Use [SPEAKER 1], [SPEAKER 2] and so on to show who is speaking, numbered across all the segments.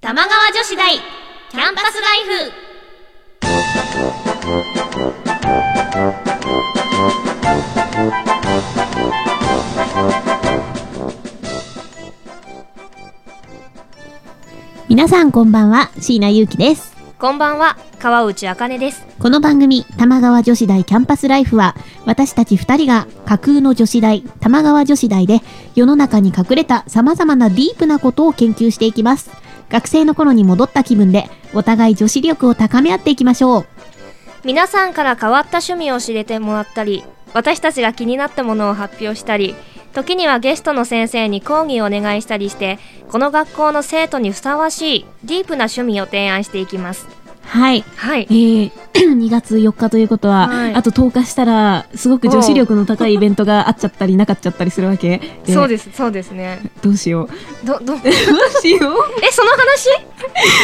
[SPEAKER 1] 玉川女子大キャンパスライフ
[SPEAKER 2] 皆さんこんばんは、椎名ゆうきです。
[SPEAKER 1] こんばんは川内あかねです
[SPEAKER 2] この番組、玉川女子大キャンパスライフは、私たち二人が架空の女子大、玉川女子大で、世の中に隠れた様々なディープなことを研究していきます。学生の頃に戻った気分で、お互い女子力を高め合っていきましょう。
[SPEAKER 1] 皆さんから変わった趣味を知れてもらったり私たちが気になったものを発表したり時にはゲストの先生に講義をお願いしたりしてこの学校の生徒にふさわしいディープな趣味を提案していきます
[SPEAKER 2] はい。
[SPEAKER 1] はい
[SPEAKER 2] えー、2月4日ということは、
[SPEAKER 1] はい
[SPEAKER 2] あと10日したら、すごく女子力の高いイベントがあっちゃったりなかっちゃったりするわけ。
[SPEAKER 1] そう
[SPEAKER 2] で。
[SPEAKER 1] ですそうですね
[SPEAKER 2] どうしよう。
[SPEAKER 1] どど
[SPEAKER 2] どうしよう。
[SPEAKER 1] えその話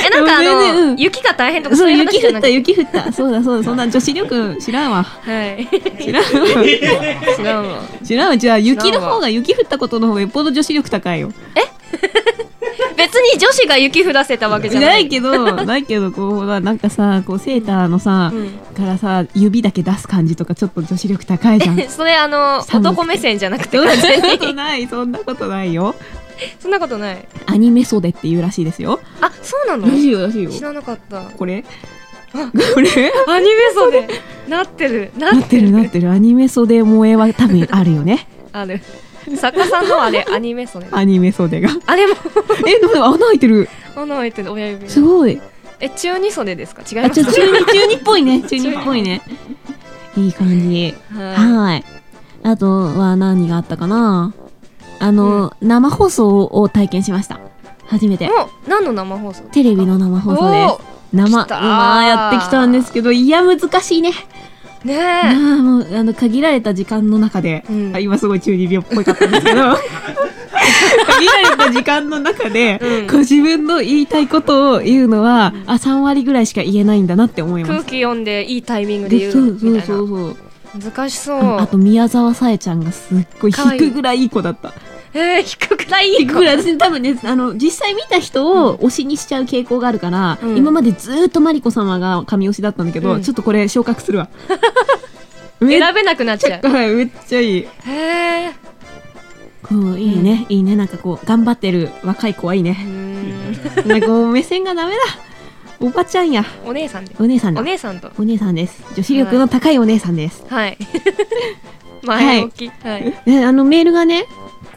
[SPEAKER 1] えなんかあ
[SPEAKER 2] 全然う
[SPEAKER 1] の
[SPEAKER 2] ん
[SPEAKER 1] 雪が大変とか
[SPEAKER 2] そ
[SPEAKER 1] そう
[SPEAKER 2] う、
[SPEAKER 1] いう話
[SPEAKER 2] 雪
[SPEAKER 1] じゃ
[SPEAKER 2] 降
[SPEAKER 1] な
[SPEAKER 2] っ
[SPEAKER 1] く
[SPEAKER 2] た、
[SPEAKER 1] て
[SPEAKER 2] 雪降った。そうだ、そうだ、そんな女子力知らんわ。
[SPEAKER 1] はい
[SPEAKER 2] 知 らんわ。
[SPEAKER 1] 違うわ
[SPEAKER 2] 知らんわ。じゃあ、雪の方が、雪降ったことの方がよっぽど女子力高いよ。
[SPEAKER 1] 別に女子が雪降らせたわけじゃない
[SPEAKER 2] ないけど、 ないけど、こう、ほらなんかさ、こう、セーターのさ、
[SPEAKER 1] うん
[SPEAKER 2] からさ、指だけ出す感じとか、ちょっと女子力高いじゃ ん。
[SPEAKER 1] それあの
[SPEAKER 2] 寒くて
[SPEAKER 1] 男目線じゃなくて
[SPEAKER 2] そん
[SPEAKER 1] 完全
[SPEAKER 2] なこ
[SPEAKER 1] に
[SPEAKER 2] とない、 そんなことないよ。
[SPEAKER 1] そんなことない
[SPEAKER 2] アニメ袖っていうらしいですよ。
[SPEAKER 1] あそうなの
[SPEAKER 2] らしいよ、らしいよ。
[SPEAKER 1] 知らなかった
[SPEAKER 2] これ
[SPEAKER 1] あ
[SPEAKER 2] これ
[SPEAKER 1] アニメ袖 なってるな
[SPEAKER 2] なっ
[SPEAKER 1] っ
[SPEAKER 2] ててる
[SPEAKER 1] る
[SPEAKER 2] なってる。アニメ袖萌えは多分あるよね。
[SPEAKER 1] ある作家さん のあれアニメ袖
[SPEAKER 2] アニメ袖 が。
[SPEAKER 1] あれも
[SPEAKER 2] え、でも穴開いてる。
[SPEAKER 1] 穴開いてる親指
[SPEAKER 2] すごい。
[SPEAKER 1] え中二袖ですか違い
[SPEAKER 2] あ、
[SPEAKER 1] ま
[SPEAKER 2] ち
[SPEAKER 1] す
[SPEAKER 2] ょ、中二、中二っぽいね。中二っぽいね。いい感じ。
[SPEAKER 1] は
[SPEAKER 2] はい。あとは何があったかなあの、生放送を体験しました。初め
[SPEAKER 1] い
[SPEAKER 2] て。
[SPEAKER 1] もう何の生放送ですか
[SPEAKER 2] テレビの生放送です。生、
[SPEAKER 1] 来たー
[SPEAKER 2] まあやってきたんですけど、いや、難しいね。
[SPEAKER 1] おーね
[SPEAKER 2] ああ、
[SPEAKER 1] え
[SPEAKER 2] もう、あの、限られた時間の中で、
[SPEAKER 1] うん
[SPEAKER 2] あ今すごい中二病っぽいかったんですけど、 限られた時間の中で、
[SPEAKER 1] うん
[SPEAKER 2] こう自分の言いたいことを言うのは、あ、3割ぐらいしか言えないんだなって思いま
[SPEAKER 1] 空
[SPEAKER 2] す。
[SPEAKER 1] 気読んでいいタイミングで言
[SPEAKER 2] そううそ
[SPEAKER 1] み
[SPEAKER 2] う
[SPEAKER 1] たい
[SPEAKER 2] そ
[SPEAKER 1] な
[SPEAKER 2] うそう。
[SPEAKER 1] 難しそう
[SPEAKER 2] ああと宮沢さえちゃんがすっごい
[SPEAKER 1] かわい
[SPEAKER 2] 引
[SPEAKER 1] い
[SPEAKER 2] くぐらいいい子だった。
[SPEAKER 1] えー低くないい
[SPEAKER 2] 引
[SPEAKER 1] い
[SPEAKER 2] く
[SPEAKER 1] 子
[SPEAKER 2] ぐらい私多分ねあの実際見た人を推しにしちゃう傾向があるから、
[SPEAKER 1] うん
[SPEAKER 2] 今までずーっとマリコ様が神推しだったんだけど、
[SPEAKER 1] うん
[SPEAKER 2] ちょっとこれ昇格す るわ。めっ
[SPEAKER 1] 選べなくなっちゃう
[SPEAKER 2] ちゃはいめっちゃいい。
[SPEAKER 1] へえ
[SPEAKER 2] こういいね、いいねなんかこう頑張ってる若い子はいいうね。
[SPEAKER 1] ーん
[SPEAKER 2] なんかこう目線がダメだ。おばちゃんや
[SPEAKER 1] お姉さんで
[SPEAKER 2] お姉さんだ
[SPEAKER 1] お。姉さんと
[SPEAKER 2] お姉さんです。女子力の高いお姉さんです。
[SPEAKER 1] はい。前置き。はい。
[SPEAKER 2] ねあのメールがね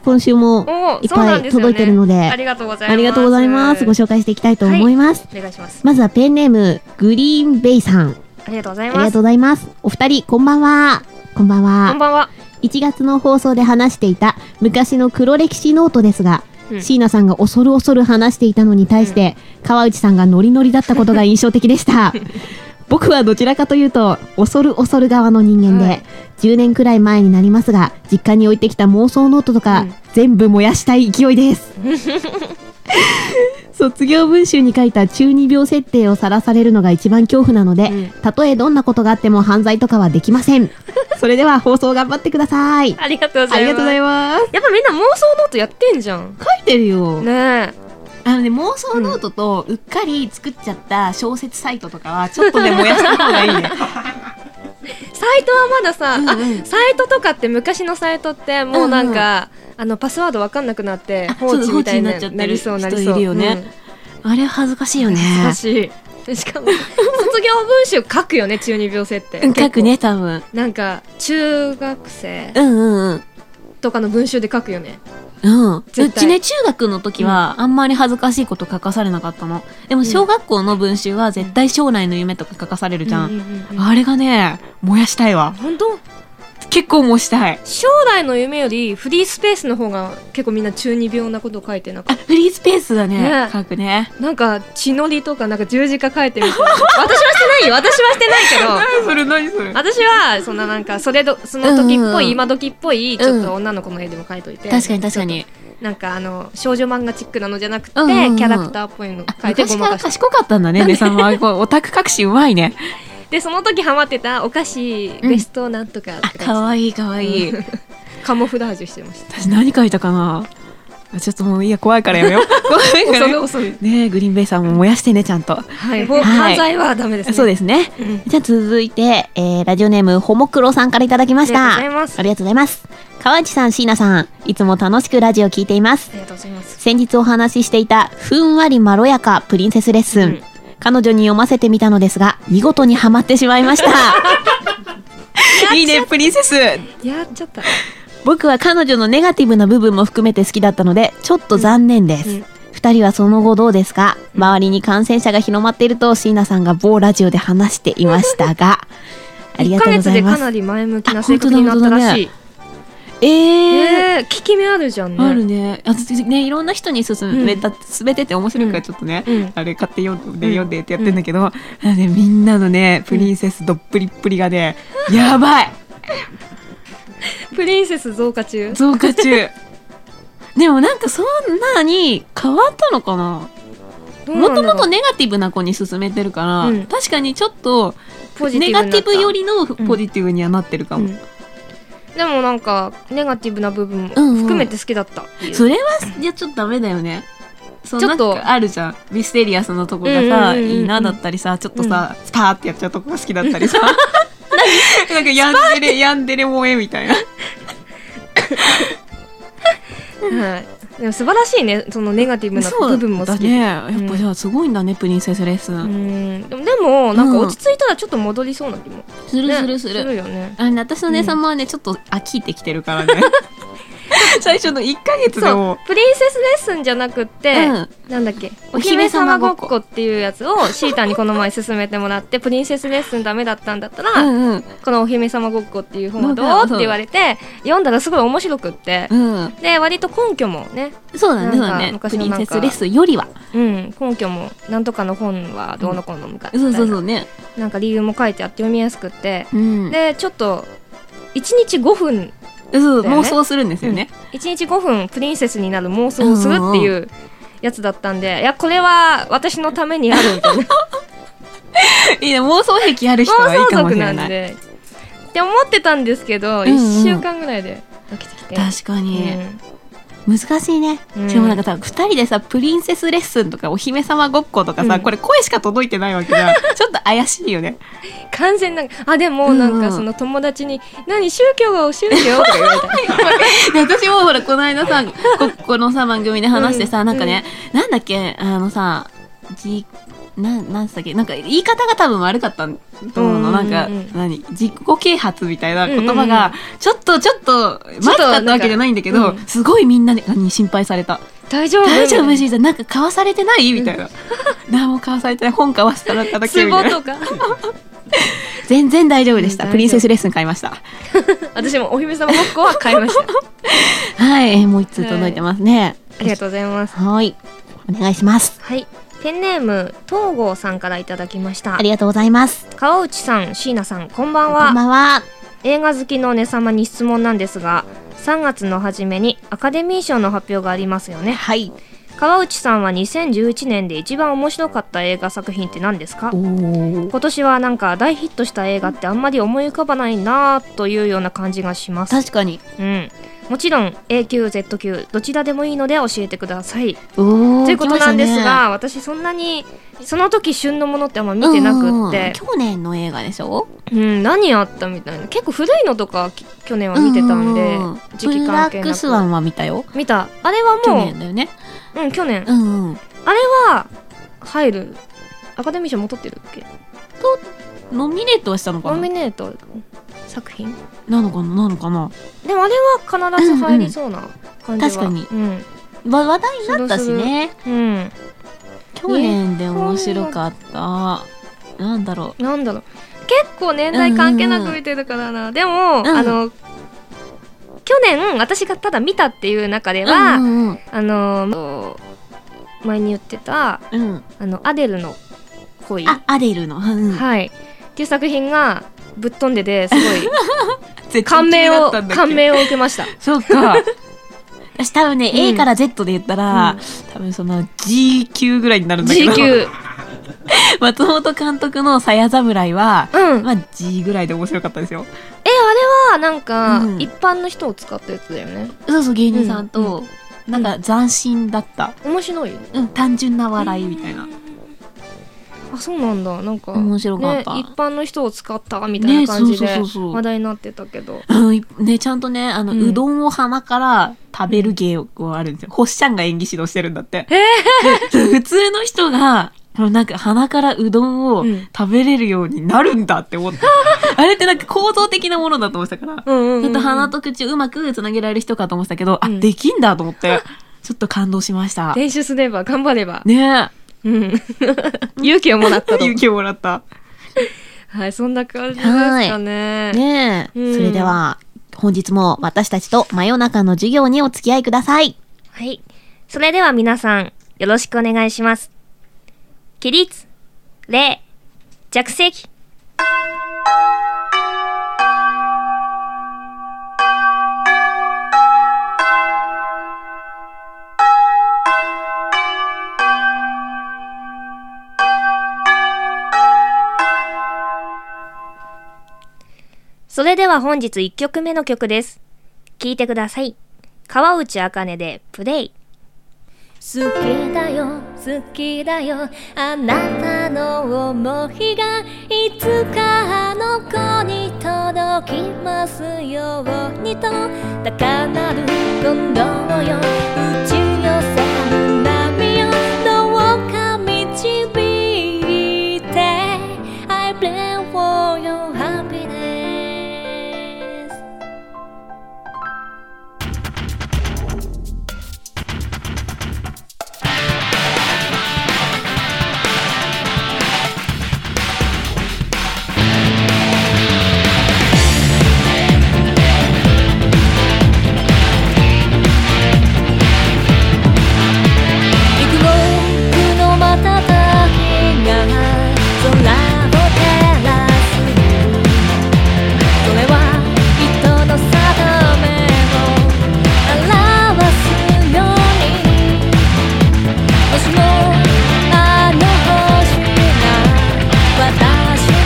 [SPEAKER 2] 今週もい
[SPEAKER 1] おー
[SPEAKER 2] っ
[SPEAKER 1] そうな
[SPEAKER 2] ぱ
[SPEAKER 1] んで
[SPEAKER 2] い
[SPEAKER 1] すよね
[SPEAKER 2] 届いてるので。
[SPEAKER 1] ありがとうございます。
[SPEAKER 2] ありがとうございます。ご紹介していきたいと思います。
[SPEAKER 1] お願いします。
[SPEAKER 2] まずはペンネーム、グリーンベイさん。
[SPEAKER 1] ありがとうござい
[SPEAKER 2] ありが
[SPEAKER 1] ます。
[SPEAKER 2] とうございます。お二人、こんばんは。こんばん
[SPEAKER 1] こん
[SPEAKER 2] は。
[SPEAKER 1] ばんは。
[SPEAKER 2] 1月の放送で話していた昔の黒歴史ノートですが、
[SPEAKER 1] うん
[SPEAKER 2] 椎名さんが恐る恐る話していたのに対して、川内さんがノリノリだったことが印象的で した。僕はどちらかというと、恐る恐る側の人間で、
[SPEAKER 1] はい
[SPEAKER 2] 10年くらい前になりますが、実家に置いてきた妄想ノートとか、
[SPEAKER 1] うん
[SPEAKER 2] 全部燃やしたい勢い です。卒業文集に書いた中二病設定をさらされるのが一番恐怖なので、
[SPEAKER 1] うん
[SPEAKER 2] たとえどんなことがあっても犯罪とかはできません。 それでは放送頑張ってください。
[SPEAKER 1] ありがとうご
[SPEAKER 2] あ
[SPEAKER 1] ざいます。
[SPEAKER 2] りがとうございます。
[SPEAKER 1] やっぱみんな妄想ノートやってんじゃん。
[SPEAKER 2] 書いてるよ。
[SPEAKER 1] ね
[SPEAKER 2] あのね、妄想ノートとうっかり作っちゃった小説サイトとかは、ちょっとでも燃やした方がいいね。
[SPEAKER 1] え。サイトはまださ、
[SPEAKER 2] うんうん
[SPEAKER 1] あ、サイトとかって昔のサイトってもうなんか、あの、パスワードわかんなくなって、
[SPEAKER 2] あ
[SPEAKER 1] 放置みたい
[SPEAKER 2] そう放置になっちゃってる
[SPEAKER 1] なりそうなりそう。
[SPEAKER 2] 人いるよね あれは恥ずかしいよ
[SPEAKER 1] うん。
[SPEAKER 2] ね。
[SPEAKER 1] 難しい。しかも、卒業文集書くよね、中二病設定。
[SPEAKER 2] うん書くね、多分。
[SPEAKER 1] なんか中学生
[SPEAKER 2] うんうん
[SPEAKER 1] とかの文集で書くよね。
[SPEAKER 2] うん。うん。
[SPEAKER 1] 絶
[SPEAKER 2] う
[SPEAKER 1] 対
[SPEAKER 2] ちね、中学の時は、あんまり恥ずかしいこと書かされなかったの。でも、小学校の文集は、絶対将来の夢とか書かされるじゃ。
[SPEAKER 1] うんんうんうん
[SPEAKER 2] あれがね、燃やしたいわ。
[SPEAKER 1] 本当
[SPEAKER 2] 結構燃やしたい。
[SPEAKER 1] 将来の夢よりフリースペースの方が結構みんな中二病なこと書いてなか
[SPEAKER 2] あ、
[SPEAKER 1] っ
[SPEAKER 2] フリースペースだ
[SPEAKER 1] ね
[SPEAKER 2] ね。書くね。
[SPEAKER 1] たなんか血のりとかなんか十字架書いてみたいな 私はしてないよ私はしてないけど
[SPEAKER 2] それ何それ
[SPEAKER 1] 私はそんななんかそれどその時っ
[SPEAKER 2] うん
[SPEAKER 1] ぽ
[SPEAKER 2] う
[SPEAKER 1] い
[SPEAKER 2] ん
[SPEAKER 1] 今時っぽいちょっと女の子の絵でも書いといて
[SPEAKER 2] 確かに確かに。
[SPEAKER 1] なんかあの少女漫画チックなのじゃなくてキ
[SPEAKER 2] うんうんうん
[SPEAKER 1] ャラクターっぽいの書いてご
[SPEAKER 2] 昔
[SPEAKER 1] ま
[SPEAKER 2] か
[SPEAKER 1] からして
[SPEAKER 2] 賢かったんだ ね、ねさんは。こうオタク隠しうまいね。
[SPEAKER 1] でその時ハマってたお菓子ベストなんとかとか言って
[SPEAKER 2] わいいかわ
[SPEAKER 1] いいカモフラージュしてました
[SPEAKER 2] 私何書いたかな
[SPEAKER 3] あちょっともういや怖いからや めよう怖いからやめよう
[SPEAKER 1] 恐る
[SPEAKER 3] ねえグリーンベイさんも燃やしてねちゃんと
[SPEAKER 1] はい、もう
[SPEAKER 2] はい
[SPEAKER 1] 犯罪はダメですね。
[SPEAKER 3] そうですね
[SPEAKER 1] す。うん、
[SPEAKER 2] じゃあ続いて、えーラジオネームほもクロさんからいただきました
[SPEAKER 1] ありがとうございます
[SPEAKER 2] ありがとうございます川内さん椎名さんいつも楽しくラジオ聞いています
[SPEAKER 1] ありがとうございます。
[SPEAKER 2] 先日お話ししていたふんわりまろやかプリンセスレッスン、
[SPEAKER 1] うん
[SPEAKER 2] 彼女に読ませてみたのですが見事にはまってしまいました
[SPEAKER 3] いいねプリンセス
[SPEAKER 1] やっちゃった。
[SPEAKER 2] 僕は彼女のネガティブな部分も含めて好きだったのでちょっと残念です、
[SPEAKER 1] うん
[SPEAKER 2] 二人はその後どうですか周りに感染者が広まっていると椎名さんが某ラジオで話していました がありが
[SPEAKER 1] 一ヶ
[SPEAKER 2] とうご
[SPEAKER 1] 月
[SPEAKER 2] ざい
[SPEAKER 1] で
[SPEAKER 2] ま
[SPEAKER 1] か
[SPEAKER 2] す
[SPEAKER 1] なり前向き
[SPEAKER 2] あ
[SPEAKER 1] な性格
[SPEAKER 2] 本
[SPEAKER 1] に
[SPEAKER 2] 当だ
[SPEAKER 1] なったらしい。
[SPEAKER 3] えー、
[SPEAKER 1] えー、効き目あるじゃんね。
[SPEAKER 3] あるねあねいろんな人に勧めた、勧めてて面白いからちょっとね、
[SPEAKER 1] うん
[SPEAKER 3] あれ買って読ん
[SPEAKER 1] う
[SPEAKER 3] で
[SPEAKER 1] ん
[SPEAKER 3] 読んでってやってんだけど、あのねみんなのねプリンセスどっぷりっぷりがね、やばい
[SPEAKER 1] プリンセス増加中。
[SPEAKER 3] 増加中 でもなんかそんなに変わったのかな
[SPEAKER 1] どうな
[SPEAKER 3] も
[SPEAKER 1] ん
[SPEAKER 3] と
[SPEAKER 1] だろ
[SPEAKER 3] も
[SPEAKER 1] う
[SPEAKER 3] とネガティブな子に勧めてるから、
[SPEAKER 1] うん
[SPEAKER 3] 確かにちょっと
[SPEAKER 1] ポジティブに
[SPEAKER 3] ネ
[SPEAKER 1] な
[SPEAKER 3] ガ
[SPEAKER 1] った
[SPEAKER 3] ティブよりのポジティブにはなってるかも、
[SPEAKER 1] うんでもなんかネガティブな部分も
[SPEAKER 3] うんうん
[SPEAKER 1] 含めて好きだったっていう。
[SPEAKER 3] それはいやちょっとダメだよねそう
[SPEAKER 1] ちょっと
[SPEAKER 3] なんかあるじゃんミステリアスのとこがさ、
[SPEAKER 1] うんうんうんうん
[SPEAKER 3] いいなだったりさちょっとさ、スパーってやっちゃうとこが好きだったり さなんかやんでれやんでれ萌えみたいな
[SPEAKER 1] はい。でも素晴らしいね、そのネガティブな部分も好き。
[SPEAKER 3] ねやっぱじゃあすごいんだね、プリンセスレッス
[SPEAKER 1] う
[SPEAKER 3] ン、
[SPEAKER 1] ん。でもでもなんか落ち着いたらちょっと戻りそうな気も。
[SPEAKER 3] する
[SPEAKER 1] ね
[SPEAKER 3] するする、
[SPEAKER 1] よね。
[SPEAKER 3] あのね私の姉様はね、ちょっと飽きてきてるからね 最初の1ヶ月で
[SPEAKER 1] そう
[SPEAKER 3] も
[SPEAKER 1] プリンセスレッスンじゃなくって、
[SPEAKER 3] うん
[SPEAKER 1] なんだっけ
[SPEAKER 3] お
[SPEAKER 1] お
[SPEAKER 3] 姫
[SPEAKER 1] 姫
[SPEAKER 3] 様
[SPEAKER 1] 様
[SPEAKER 3] ご
[SPEAKER 1] ご
[SPEAKER 3] っ
[SPEAKER 1] っ
[SPEAKER 3] こ
[SPEAKER 1] こっていうやつをシータにこの前勧めてもらってプリンセスレッスンダメだったんだったら、
[SPEAKER 3] うんうん
[SPEAKER 1] このお姫様ごっこっていう本はど
[SPEAKER 3] なん
[SPEAKER 1] う
[SPEAKER 3] か
[SPEAKER 1] って言われて読んだらすごい面白くって、
[SPEAKER 3] うん
[SPEAKER 1] で割と根拠もね、
[SPEAKER 3] そうだねそうだ
[SPEAKER 1] なんか
[SPEAKER 3] ねプ
[SPEAKER 1] 昔の
[SPEAKER 3] リン
[SPEAKER 1] なん
[SPEAKER 3] セ
[SPEAKER 1] か
[SPEAKER 3] スレッスンよりは
[SPEAKER 1] うん、根拠もなんとかの本はどうのこうのみたいな,、
[SPEAKER 3] そうそうそうね
[SPEAKER 1] なんか理由も書いてあって読みやすくって、
[SPEAKER 3] うん
[SPEAKER 1] でちょっと1日5分
[SPEAKER 3] そう
[SPEAKER 1] だよ
[SPEAKER 3] 妄
[SPEAKER 1] ね
[SPEAKER 3] 想するんですよね、
[SPEAKER 1] 1日5分プリンセスになる妄想をするっていうやつだったんでいやこれは私のためにあるみたいな
[SPEAKER 3] いいね、妄想癖ある人はいい
[SPEAKER 1] 妄
[SPEAKER 3] か
[SPEAKER 1] 想族
[SPEAKER 3] もしれ
[SPEAKER 1] な
[SPEAKER 3] なんい。
[SPEAKER 1] でって思ってたんですけど、
[SPEAKER 3] んうん
[SPEAKER 1] 1週間ぐらいで飽きてきて
[SPEAKER 3] 確か
[SPEAKER 1] う
[SPEAKER 3] に、
[SPEAKER 1] ん
[SPEAKER 3] 難しいね、
[SPEAKER 1] うん
[SPEAKER 3] しかもなんかさ2人でさプリンセスレッスンとかお姫様ごっことかさ、
[SPEAKER 1] うん
[SPEAKER 3] これ声しか届いてないわけじ ゃんちょっと怪しいよね
[SPEAKER 1] 完全なんかあでもなん
[SPEAKER 3] うん
[SPEAKER 1] かその友達に「何宗教がお宗教?」とか言われた
[SPEAKER 3] で私もほらこの間さここのさ番組で話してさ、
[SPEAKER 1] うん
[SPEAKER 3] なんかね、なんだっけあのさじなんなんだっけなんか言い方が多分悪かったと思うの、
[SPEAKER 1] うんうんうん
[SPEAKER 3] なんか何自己啓発みたいな言葉が、
[SPEAKER 1] うん
[SPEAKER 3] ちょっとちょっとまずかったわけじゃないんだけ
[SPEAKER 1] ちょっ
[SPEAKER 3] ど、
[SPEAKER 1] となんかうん
[SPEAKER 3] すごいみんなに心配された
[SPEAKER 1] 大丈夫
[SPEAKER 3] 大丈夫じいさんなんか買わされてないみたいな 何も買わされてない本買わせただっただけ
[SPEAKER 1] ツ
[SPEAKER 3] みた
[SPEAKER 1] ボ
[SPEAKER 3] いな
[SPEAKER 1] とか
[SPEAKER 3] 全然大丈夫でした
[SPEAKER 1] うん大丈夫
[SPEAKER 3] プリンセスレッスン買いました
[SPEAKER 1] 私もお姫様ごっこは買いました
[SPEAKER 3] はいえーもう一通届いてますね
[SPEAKER 1] ありがとうございます
[SPEAKER 2] はいお願いします
[SPEAKER 1] はいペンネーム東郷さんからいただきました
[SPEAKER 2] ありがとうございます
[SPEAKER 1] 川内さん椎名さんこんばん
[SPEAKER 2] こ
[SPEAKER 1] は
[SPEAKER 2] んばんは
[SPEAKER 1] 映画好きの姉様に質問なんですが3月の初めにアカデミー賞の発表がありますよね
[SPEAKER 2] はい
[SPEAKER 1] 川内さんは2011年で一番面白かった映画作品って何ですか
[SPEAKER 2] おー
[SPEAKER 1] 今年はなんか大ヒットした映画ってあんまり思い浮かばないなあというような感じがします
[SPEAKER 2] 確かに
[SPEAKER 1] うんもちろん A 級 Z 級どちらでもいいので教えてください
[SPEAKER 2] おー
[SPEAKER 1] ということなんです
[SPEAKER 2] 来ましたね
[SPEAKER 1] が、私そんなにその時旬のものってあんま見てな
[SPEAKER 3] うんうん
[SPEAKER 1] くっ
[SPEAKER 3] うん
[SPEAKER 1] て、
[SPEAKER 3] 去年の映画でしょ
[SPEAKER 1] うん、何あったみたいな結構古いのとかき去年は見てたんで、
[SPEAKER 3] ううう
[SPEAKER 1] 時期関係
[SPEAKER 3] ブラック
[SPEAKER 1] な
[SPEAKER 3] スワ
[SPEAKER 1] く
[SPEAKER 3] ンは見たよ
[SPEAKER 1] 見たあれは
[SPEAKER 3] 去
[SPEAKER 1] もう去
[SPEAKER 3] 年だよね
[SPEAKER 1] 年,、うん、去年
[SPEAKER 3] うんうん
[SPEAKER 1] あれは入るアカデミー賞も取ってるっけ
[SPEAKER 3] ノミネートはしたの
[SPEAKER 1] ノ
[SPEAKER 3] か
[SPEAKER 1] ミ
[SPEAKER 3] な
[SPEAKER 1] ネート作品
[SPEAKER 3] なのかななのかな
[SPEAKER 1] でもあれは必ず入りそうな感じは、
[SPEAKER 3] うんうん確
[SPEAKER 1] かに
[SPEAKER 3] わ話題になったしね
[SPEAKER 1] うん、うん、
[SPEAKER 3] 去年で面白かったなんだろ
[SPEAKER 1] なんだろう結構年代関係なく見てるからな、でも、
[SPEAKER 3] ん
[SPEAKER 1] あの去年私がただ見たっていう中で
[SPEAKER 3] う
[SPEAKER 1] は、
[SPEAKER 3] うんうんうん
[SPEAKER 1] あの前に言ってた
[SPEAKER 3] うん
[SPEAKER 1] あのアデルの恋
[SPEAKER 3] あアデルのうん
[SPEAKER 1] はいっていう作品がぶっ飛んでてすごい
[SPEAKER 3] 絶対
[SPEAKER 1] 感銘
[SPEAKER 3] 気になっ
[SPEAKER 1] を
[SPEAKER 3] たんだっけ
[SPEAKER 1] 感銘を受けま した。
[SPEAKER 3] そう か私多分ね、
[SPEAKER 1] うん
[SPEAKER 3] A から Z で言ったら、
[SPEAKER 1] うん
[SPEAKER 3] 多分その G 級ぐらいになるんだけ
[SPEAKER 1] G
[SPEAKER 3] ど
[SPEAKER 1] 級、
[SPEAKER 3] 松本監督の「さや侍は」
[SPEAKER 1] うん、
[SPEAKER 3] まあ G ぐらいで面白かったですよ
[SPEAKER 1] あなんか、
[SPEAKER 3] うん
[SPEAKER 1] 一般の人を使ったやつだよね。
[SPEAKER 3] そうそう芸人さん
[SPEAKER 1] う
[SPEAKER 3] となんか斬新だった、
[SPEAKER 1] 面白い
[SPEAKER 3] うん、単純な笑いみたいな、
[SPEAKER 1] あそうなんだなんか
[SPEAKER 2] 面白かった
[SPEAKER 1] ね、一般の人を使ったみたいな感じ
[SPEAKER 2] ね
[SPEAKER 1] で
[SPEAKER 2] そうそうそうそう
[SPEAKER 1] 話題になってたけど、
[SPEAKER 3] うん、ねちゃんとねあの、
[SPEAKER 1] う
[SPEAKER 3] うんどんを鼻から食べる芸をあるんですよほっしゃんが演技指導してるんだって、で普通の人があのなんか鼻からうどんを
[SPEAKER 1] うん
[SPEAKER 3] 食べれるようになるんだって思 った、あれってなんか構造的なものだと思ってたから、
[SPEAKER 1] うんうんうん
[SPEAKER 3] ちょっと鼻と口をうまくつなげられる人かと思ってたけど、
[SPEAKER 1] う
[SPEAKER 3] あ
[SPEAKER 1] ん
[SPEAKER 3] できんだと 思ってちょっと感動しました
[SPEAKER 1] 練習すれば頑張れば、
[SPEAKER 3] ね
[SPEAKER 1] うん 勇気をも らったと
[SPEAKER 3] 勇気をもらった
[SPEAKER 1] はいそんな感じですかね
[SPEAKER 2] ねえ、
[SPEAKER 1] うん
[SPEAKER 2] それでは、本日も私たちと真夜中の授業にお付き合いください。
[SPEAKER 1] はいそれでは皆さんよろしくお願いします起立礼着席それでは本日1曲目の曲です。聴いてください。川内茜でプレイ。好きだよ、好きだよ、あなたの思いがいつかあの子に届きますようにと高鳴る今度よ打ち寄せる波よどうか導いて I pray for your happiness 幾億の瞬きが空を照らすそれは人の定めを表すようにもしもあの星が私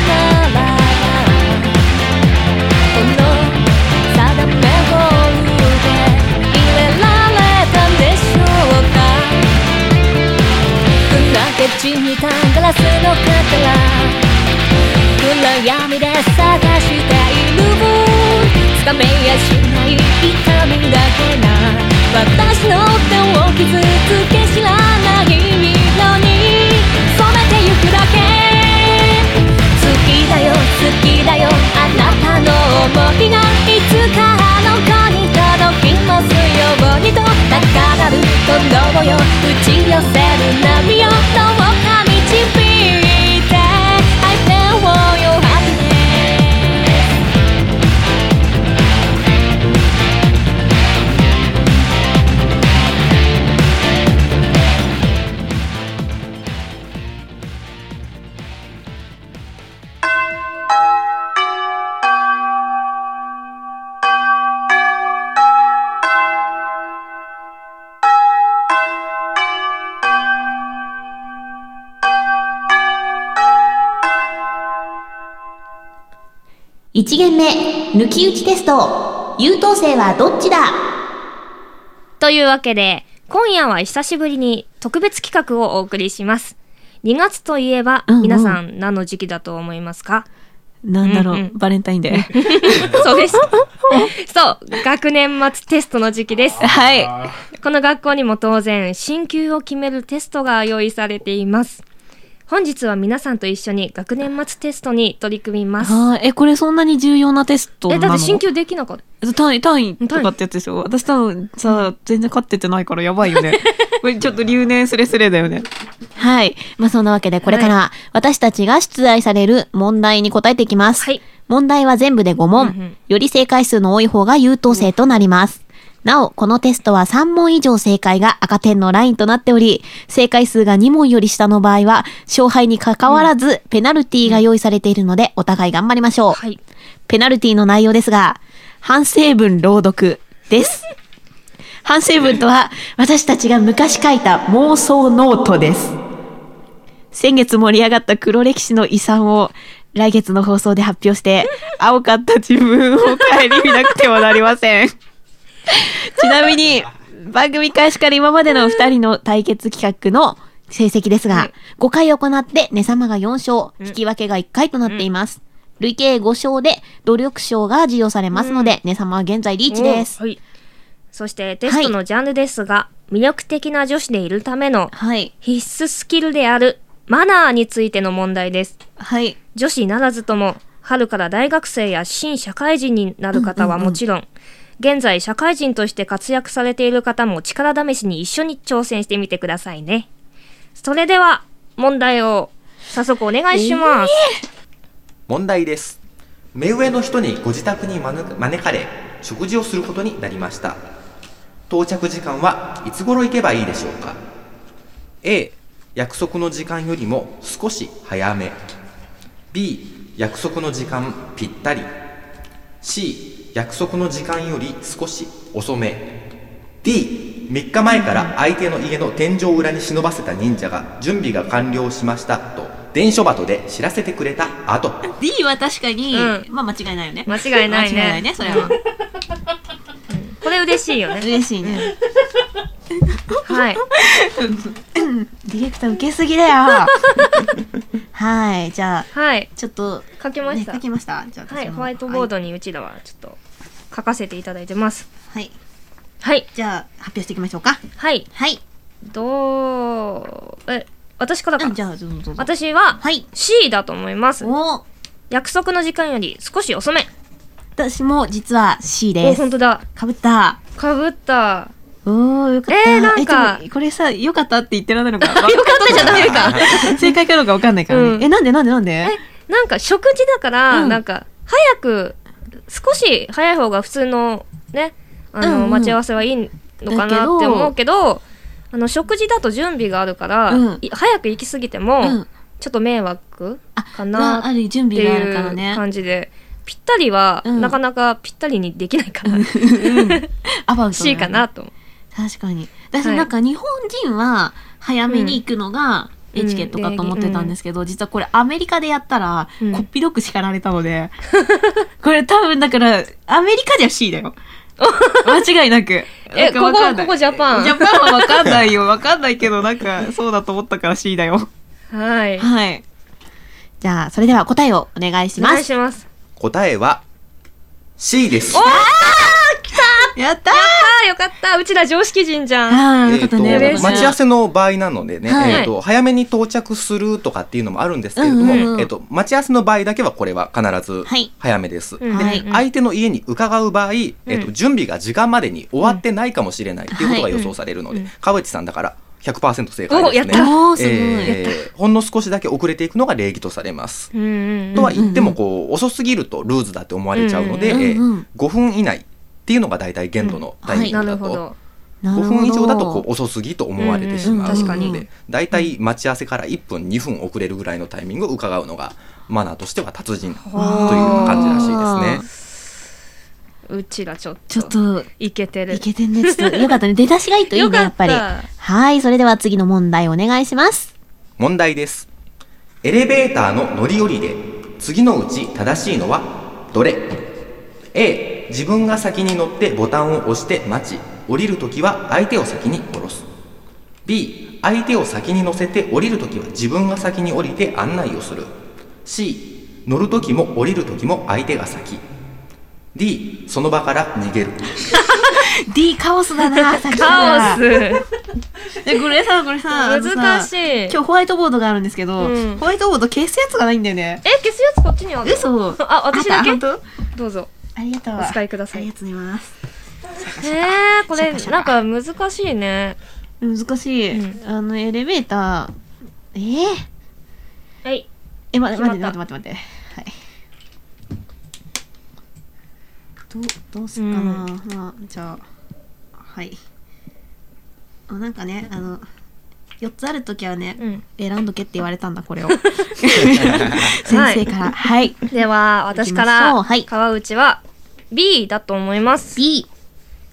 [SPEAKER 1] ならこの定めを受け入れられたんでしょうか砕け散ったガラスの殻暗闇で探しているつかめやしない痛みだけが私の手を傷つけ知らない色に染めてゆくだけ好きだよ好きだよあなたの想いがいつかあの子に届きますようにと高鳴る今度よ打ち寄せる波よどうか導いて I feel for your happiness
[SPEAKER 2] 1限目、抜き打ちテスト。優等生はどっちだ
[SPEAKER 1] というわけで、今夜は久しぶりに特別企画をお送りします。2月といえば、
[SPEAKER 3] うんうん
[SPEAKER 1] 皆さん何の時期だと思いますか
[SPEAKER 3] なんだろう、
[SPEAKER 1] うんうん
[SPEAKER 3] バレンタインデー
[SPEAKER 1] そう です。そう、学年末テストの時期です。
[SPEAKER 3] はい
[SPEAKER 1] この学校にも当然、進級を決めるテストが用意されています。本日は皆さんと一緒に学年末テストに取り組みます。
[SPEAKER 3] あーえ、これそんなに重要なテストな
[SPEAKER 1] え、
[SPEAKER 3] の
[SPEAKER 1] だって進級できなかった。
[SPEAKER 3] 単位、単位とかってやつでしょ私多分さ、全然勝っててないからやばいよね。これちょっと留年すれすれだよね。
[SPEAKER 2] はい。まあ、そんなわけで、これから私たちが出題される問題に答えていきます。
[SPEAKER 1] はい
[SPEAKER 2] 問題は全部で5
[SPEAKER 1] う
[SPEAKER 2] 問、
[SPEAKER 1] んうん
[SPEAKER 2] より正解数の多い方が優等生となります。なお、このテストは3問以上正解が赤点のラインとなっており、正解数が2問より下の場合は、勝敗に関わらず、ペナルティが用意されているので、お互い頑張りましょう。
[SPEAKER 1] はい。
[SPEAKER 2] ペナルティの内容ですが、反省文朗読です。 反省文とは、私たちが昔書いた妄想ノートです。先月盛り上がった黒歴史の遺産を来月の放送で発表して、青かった自分を顧みなくてはなりません。ちなみに、
[SPEAKER 3] 番組開始から今までのお二人の対決企画の成績ですが、
[SPEAKER 1] はい
[SPEAKER 3] 5回行って、ね様が4勝、
[SPEAKER 1] うん
[SPEAKER 3] 引き分けが1回となっています。累計5勝で、努力賞が授与されますので、ね様は現在リーチです。
[SPEAKER 1] おはい。そしてテストのジャンルですが、魅力的な女子でいるための
[SPEAKER 3] はい。
[SPEAKER 1] 必須スキルであるマナーについての問題です。
[SPEAKER 3] はい。
[SPEAKER 1] 女子ならずとも、春から大学生や新社会人になる方はもちろん、現在社会人として活躍されている方も力試しに一緒に挑戦してみてくださいね。それでは、問題を早速お願いします。
[SPEAKER 4] 問題です目上の人にご自宅に招く招かれ食事をすることになりました到着時間はいつ頃行けばいいでしょうか A 約束の時間よりも少し早め B 約束の時間ぴったり C 約束の時間より少し遅め D3 日前から相手の家の天井裏に忍ばせた忍者が準備が完了しましたと電書鳩で知らせてくれた後
[SPEAKER 5] D は確かに、
[SPEAKER 1] うん
[SPEAKER 5] まあ間違いないよね。
[SPEAKER 1] 間違いな
[SPEAKER 5] 間違
[SPEAKER 1] いね。
[SPEAKER 5] いないね、それは。
[SPEAKER 1] これ嬉しいよね。
[SPEAKER 5] 嬉しいね。
[SPEAKER 1] はい。
[SPEAKER 3] ディレクター受けすぎだよ。 はい。じゃあ、
[SPEAKER 1] はい。
[SPEAKER 3] ちょっと、
[SPEAKER 1] 書きま
[SPEAKER 3] ね
[SPEAKER 1] した。
[SPEAKER 3] 書きました。じゃあ私も、
[SPEAKER 1] はい、ホワイトボードにうちらはちょっと書かせていただいてます。
[SPEAKER 3] はい。はい。
[SPEAKER 1] はい、
[SPEAKER 3] じゃあ、発表していきましょうか。
[SPEAKER 1] はい、
[SPEAKER 3] はい。
[SPEAKER 1] どう、え、私からか
[SPEAKER 3] うん。じゃあ、どうぞどうぞ。
[SPEAKER 1] 私は
[SPEAKER 3] はい
[SPEAKER 1] C だと思います。
[SPEAKER 3] お
[SPEAKER 1] 約束の時間より少し遅め。
[SPEAKER 3] 私も実は C
[SPEAKER 1] お、
[SPEAKER 3] です
[SPEAKER 1] ほん。とだ。
[SPEAKER 3] かぶった。
[SPEAKER 1] かぶった。
[SPEAKER 3] おー、よかった。
[SPEAKER 1] えーなんか
[SPEAKER 3] えちょこれさ、よかったって言ってられないの か。よか
[SPEAKER 1] ったじゃダメ
[SPEAKER 4] か。
[SPEAKER 3] 正解かどうかわかんないからね。
[SPEAKER 1] うん
[SPEAKER 3] え、なんでなんでなんで
[SPEAKER 1] え、なんか食事だから、
[SPEAKER 3] うん
[SPEAKER 1] なんか、早く、少し早い方が普通のね、あの、
[SPEAKER 3] うんうん
[SPEAKER 1] 待ち合わせはいいのか
[SPEAKER 3] だけ
[SPEAKER 1] な
[SPEAKER 3] ど
[SPEAKER 1] って思うけど、あの、食事だと準備があるから、
[SPEAKER 3] うん
[SPEAKER 1] い早く行き過ぎても、
[SPEAKER 3] うん。
[SPEAKER 1] ちょっと迷惑
[SPEAKER 3] あ
[SPEAKER 1] かな
[SPEAKER 3] なある準
[SPEAKER 1] って
[SPEAKER 3] 備があるから
[SPEAKER 1] いう
[SPEAKER 3] ね。
[SPEAKER 1] 感じで、ぴったりは、
[SPEAKER 3] うん
[SPEAKER 1] なかなかぴったりにできないから、
[SPEAKER 3] アバウトだね
[SPEAKER 1] C かな。と思う。
[SPEAKER 3] 確かに。私
[SPEAKER 1] はい
[SPEAKER 3] なんか日本人は早めに行くのが
[SPEAKER 1] うん
[SPEAKER 3] エチケットかと思ってたんですけど、実はこれアメリカでやったら
[SPEAKER 1] うん、
[SPEAKER 3] こっぴどく叱られたので、これ多分だから、アメリカじゃ C だよ。間違いなく。
[SPEAKER 1] え
[SPEAKER 3] なんかわかんない
[SPEAKER 1] ここここジャパン
[SPEAKER 3] ジャパンはわかんないよ。わかんないけど、なんか、そうだと思ったから C だよ。
[SPEAKER 1] はい。お
[SPEAKER 3] はい。じゃあ、それでは答えをお願いしま
[SPEAKER 1] 願い
[SPEAKER 3] す。
[SPEAKER 1] します。
[SPEAKER 4] 答えは C です。
[SPEAKER 3] やった
[SPEAKER 1] ああ、よかった。うちら常識人じゃん。
[SPEAKER 3] あー、よか
[SPEAKER 4] え
[SPEAKER 3] っ
[SPEAKER 4] ー
[SPEAKER 3] た
[SPEAKER 4] と
[SPEAKER 3] ね。
[SPEAKER 1] 嬉しい
[SPEAKER 4] 待ち合わせの場合なのでね、
[SPEAKER 3] はい
[SPEAKER 4] えーと早めに到着するとかっていうのもあるんですけれども、
[SPEAKER 3] うんうんうん
[SPEAKER 4] えー、と待ち合わせの場合だけはこれは必ず
[SPEAKER 3] はい
[SPEAKER 4] 早めです。
[SPEAKER 1] うん
[SPEAKER 3] はい
[SPEAKER 1] うん
[SPEAKER 4] 相手の家に伺う場合、えー
[SPEAKER 1] う
[SPEAKER 4] と
[SPEAKER 1] ん
[SPEAKER 4] 準備が時間までに終わってないかもしれないっていうことが
[SPEAKER 3] はい
[SPEAKER 4] 予想されるので、
[SPEAKER 1] うん
[SPEAKER 4] 川内さんだから100%正解ですね
[SPEAKER 1] おやった
[SPEAKER 3] おーすごい
[SPEAKER 4] えーほんの少しだけ遅れていくのが礼儀とされます。
[SPEAKER 1] うんうん
[SPEAKER 4] とは言ってもこう遅すぎるとルーズだって思われちゃうので、
[SPEAKER 1] うん
[SPEAKER 3] うん
[SPEAKER 4] えー
[SPEAKER 3] うん
[SPEAKER 4] 5分以内っていうのが大体限度のタイミン
[SPEAKER 1] な
[SPEAKER 4] グだ
[SPEAKER 1] る
[SPEAKER 4] と、
[SPEAKER 1] ほど。
[SPEAKER 3] なる
[SPEAKER 4] 5
[SPEAKER 3] ほど
[SPEAKER 4] 分以上だとこう遅すぎと思われてしまう
[SPEAKER 3] うんうんうん
[SPEAKER 4] の
[SPEAKER 3] 確かに
[SPEAKER 4] で大体待ち合わせから1分2分遅れるぐらいのタイミングを伺うのがマナーとしては達人という感じらしいですね。
[SPEAKER 1] うちらちょっと。
[SPEAKER 3] ちょっと、
[SPEAKER 1] いけてる。
[SPEAKER 3] いけてんね。 ちょっと、よかったね。出だしがいいといい
[SPEAKER 1] よ
[SPEAKER 3] ね、
[SPEAKER 1] か
[SPEAKER 3] や
[SPEAKER 1] っ
[SPEAKER 3] っ
[SPEAKER 1] た
[SPEAKER 3] ぱり。はい、それでは次の問題お願いします。
[SPEAKER 4] 問題ですエレベーターの乗り降りで次のうち正しいのはどれ A 自分が先に乗ってボタンを押して待ち降りるときは相手を先に降ろす B 相手を先に乗せて降りるときは自分が先に降りて案内をする C 乗るときも降りるときも相手が先 D その場から逃げる
[SPEAKER 3] D カオスだな、さっ き
[SPEAKER 1] カオ
[SPEAKER 3] オ
[SPEAKER 1] ス。
[SPEAKER 3] ス。これさ、これさ、あのさ
[SPEAKER 1] 難しい。
[SPEAKER 3] 今日ホワイトボードがあるんですけど、
[SPEAKER 1] うん
[SPEAKER 3] ホワイトボード消すやつがないんだよね。
[SPEAKER 1] え、消すやつこっちにある。
[SPEAKER 3] 嘘。
[SPEAKER 1] あ、私だけ
[SPEAKER 3] あった本
[SPEAKER 1] どうぞ。
[SPEAKER 3] 当ありがとう。
[SPEAKER 1] お使いください
[SPEAKER 3] ありがとうございます。
[SPEAKER 1] えー、これ、
[SPEAKER 3] シャカシャ
[SPEAKER 1] なんか難しいね。
[SPEAKER 3] 難しい。
[SPEAKER 1] う
[SPEAKER 3] あの、エレベーター、えー、
[SPEAKER 1] はい。
[SPEAKER 3] え、ま、待って
[SPEAKER 1] 決まっ
[SPEAKER 3] 待ったて待って待って。はい。どう、どうすっかな、まあ、じゃあ、はい。あなんかね、あの、4つあるときはね、
[SPEAKER 1] うん。
[SPEAKER 3] 選んどけって言われたんだ、これを。先生から。はい。
[SPEAKER 1] では、私か
[SPEAKER 3] 行きましょう
[SPEAKER 1] ら
[SPEAKER 3] はい、
[SPEAKER 1] 川内は B だと思います。
[SPEAKER 3] B、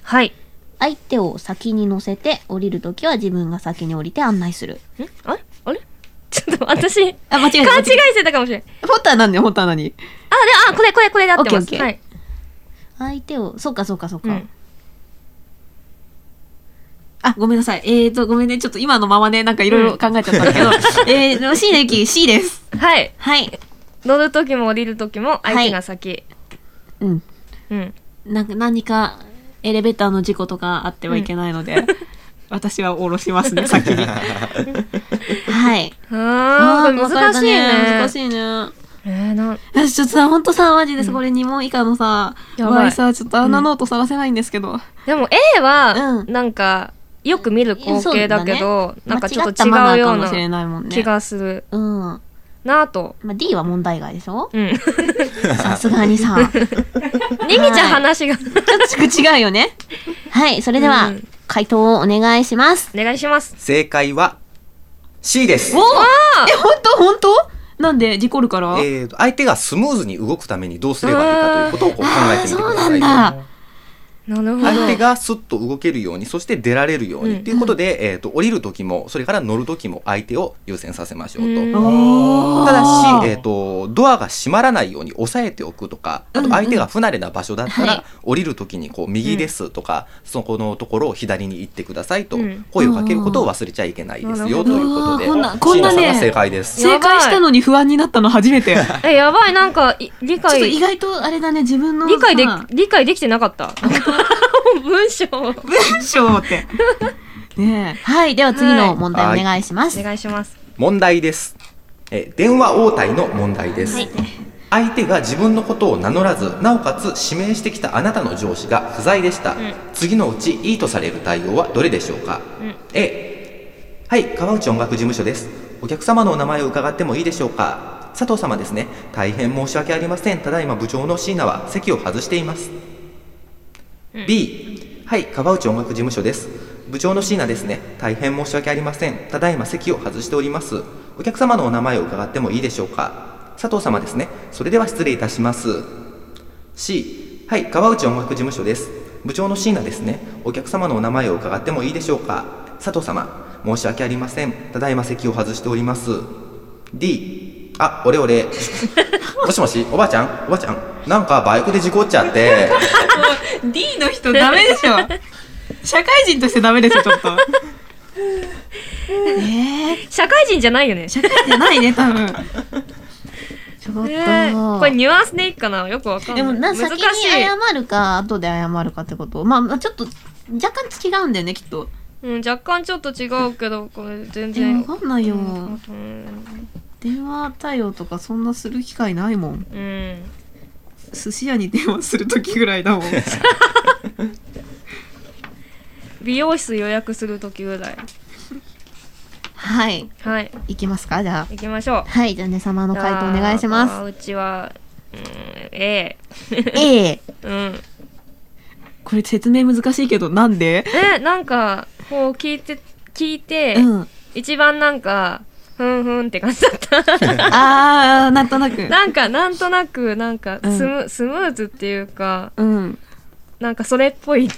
[SPEAKER 1] はい。
[SPEAKER 3] 相手を先に乗せて降りるときは自分が先に降りて 案内する。
[SPEAKER 1] んあれあれ ちょっと私、
[SPEAKER 3] あ、間違
[SPEAKER 1] 勘違い
[SPEAKER 3] えた。間え
[SPEAKER 1] してたかもしれない。
[SPEAKER 3] た。本当は何ね本当は
[SPEAKER 1] あ、
[SPEAKER 3] 何
[SPEAKER 1] で、あ、これ、これ、これで合ってま
[SPEAKER 3] オッ
[SPEAKER 1] す。
[SPEAKER 3] ケーオッケー
[SPEAKER 1] はい。
[SPEAKER 3] 相手を、そうかそうかそう
[SPEAKER 1] う
[SPEAKER 3] か。
[SPEAKER 1] ん。
[SPEAKER 3] あ、ごめんなさい。えーと、ごめんね。ちょっと今のままね、なんかいろいろ考えちゃったんだ けど、えー、C のゆ き、C です。
[SPEAKER 1] はい
[SPEAKER 3] はい。
[SPEAKER 1] 乗る時も降りる時も相手が先、
[SPEAKER 3] うん。
[SPEAKER 1] うん
[SPEAKER 3] なんか何か、エレベーターの事故とかあってはいけないので、 私は降ろしますね、先 に。はい。
[SPEAKER 1] あー難しいね
[SPEAKER 3] 難しいね。
[SPEAKER 1] えー、なん
[SPEAKER 3] よし、ちょっとさ、ほんとさ、マジでさ、これ2問以下のさ、
[SPEAKER 1] やばい
[SPEAKER 3] 場合さ、ちょっとあんなノート探せないんですけど。
[SPEAKER 1] でも A は
[SPEAKER 3] うん
[SPEAKER 1] なんかよく見る光景だけど、
[SPEAKER 3] そうだね
[SPEAKER 1] なんかちょっと違
[SPEAKER 3] 間
[SPEAKER 1] う
[SPEAKER 3] 違った
[SPEAKER 1] よう
[SPEAKER 3] マナーかもしれ
[SPEAKER 1] な
[SPEAKER 3] ないもんね。
[SPEAKER 1] 気がする
[SPEAKER 3] うん。ま
[SPEAKER 1] なぁと。
[SPEAKER 3] あ、D は問題外でしょ
[SPEAKER 1] うん。
[SPEAKER 3] さす がにさ。ちょっ
[SPEAKER 1] リミちゃん話が、
[SPEAKER 3] と違うよね。はい、それでは、
[SPEAKER 1] うん
[SPEAKER 3] 回答をお願いします。
[SPEAKER 1] お願いします。
[SPEAKER 4] 正解は C です
[SPEAKER 3] おおえ、ほんとほんとなんで、事故るから
[SPEAKER 4] えーと相手がスムーズに動くためにどうすればいいかということをこう考えてみてくだ
[SPEAKER 3] あーそう
[SPEAKER 4] さい。
[SPEAKER 3] なんだ
[SPEAKER 1] なるほど。
[SPEAKER 4] 相手がスッと動けるように、そして出られるように、
[SPEAKER 1] うん
[SPEAKER 4] ということで、えっ、と、降りる時も、それから乗る時も相手を優先させましょうと。
[SPEAKER 1] うん
[SPEAKER 3] おー
[SPEAKER 4] ただし、えっ、と、ドアが閉まらないように押さえておくとか、あと相手が不慣れな場所だったら、
[SPEAKER 3] はい
[SPEAKER 4] 降りる時にこう、右ですとか、そこのところを左に行ってくださいと
[SPEAKER 1] うん、
[SPEAKER 4] 声をかけることを忘れちゃいけないです
[SPEAKER 1] う
[SPEAKER 4] よ、
[SPEAKER 1] ん
[SPEAKER 4] ということで、
[SPEAKER 3] うわーこんなこん
[SPEAKER 4] 椎
[SPEAKER 3] な
[SPEAKER 4] 名
[SPEAKER 3] ね
[SPEAKER 4] さんが正解です。
[SPEAKER 3] 正解したのに不安になったの初め て。ちょっ
[SPEAKER 1] え、やばい、なんか、い理
[SPEAKER 3] と
[SPEAKER 1] 解、
[SPEAKER 3] 意
[SPEAKER 1] 理
[SPEAKER 3] 外とあれだね、自分のさ。
[SPEAKER 1] 解で、理解できてなか った。文章。お
[SPEAKER 3] 文章 って。ねえ。はい、では
[SPEAKER 1] 次の
[SPEAKER 2] 問
[SPEAKER 4] 題お
[SPEAKER 2] 願いします。
[SPEAKER 1] 願いします。
[SPEAKER 4] 問題ですえー電話応対の問題です、相手が自分のことを名乗らずなおかつ指名してきたあなたの上司が不在でした、次のうちいいとされる対応はどれでしょうか、A はい川内音楽事務所ですお客様のお名前を伺ってもいいでしょうか佐藤様ですね大変申し訳ありませんただいま部長の椎名は席を外しています B はい川内音楽事務所です部長の椎名ですね大変申し訳ありませんただいま席を外しておりますお客様のお名前を伺ってもいいでしょうか佐藤様ですねそれでは失礼いたします C はい川内音楽事務所です部長の椎名ですねお客様のお名前を伺ってもいいでしょうか佐藤様申し訳ありませんただいま席を外しております D あ俺俺 もしもしおばあちゃんおばあちゃんなんかバイクで事故っちゃって
[SPEAKER 3] D の人ダメでしょ社会人としてダメですよちょっとええ
[SPEAKER 1] 社会人じゃないよね。
[SPEAKER 3] 社会人じゃないね 多分
[SPEAKER 2] ちょっと、
[SPEAKER 1] えーこれニュアンスでいいかなよくわかんない。
[SPEAKER 3] でもな
[SPEAKER 1] 難
[SPEAKER 2] 先
[SPEAKER 1] し
[SPEAKER 2] に
[SPEAKER 1] い。
[SPEAKER 2] 謝
[SPEAKER 3] るか後で謝るかってことまあまあちょっと若干違うんだよねきっと
[SPEAKER 1] うん、若干ちょっと違うけど、これ全
[SPEAKER 3] でも
[SPEAKER 1] 然。
[SPEAKER 3] 分かんないよ
[SPEAKER 1] うん
[SPEAKER 3] 電話対応とかそんなする機会ないもん
[SPEAKER 1] うん。
[SPEAKER 3] 寿司屋に電話する時ぐらいだ もん
[SPEAKER 1] 美容室予約するときぐらい。
[SPEAKER 2] はい。
[SPEAKER 1] はい、
[SPEAKER 2] いきますかじゃあ。
[SPEAKER 1] 行きましょう。
[SPEAKER 2] はい。じゃあね、様の回答お願いし
[SPEAKER 1] じゃ
[SPEAKER 2] ま
[SPEAKER 1] あうちは、うん、A。
[SPEAKER 2] す。A。
[SPEAKER 1] うん。
[SPEAKER 3] これ説明難しいけどなんで
[SPEAKER 1] え、なんか、こう聞いて、聞いて、
[SPEAKER 3] うん
[SPEAKER 1] 一番なんか、ふんふんって感じだ った。
[SPEAKER 3] あーなんとなく
[SPEAKER 1] なんか、なんとなく、なんか
[SPEAKER 3] うん
[SPEAKER 1] スム、スムーズっていうか、
[SPEAKER 3] うん
[SPEAKER 1] なんかそれっぽい。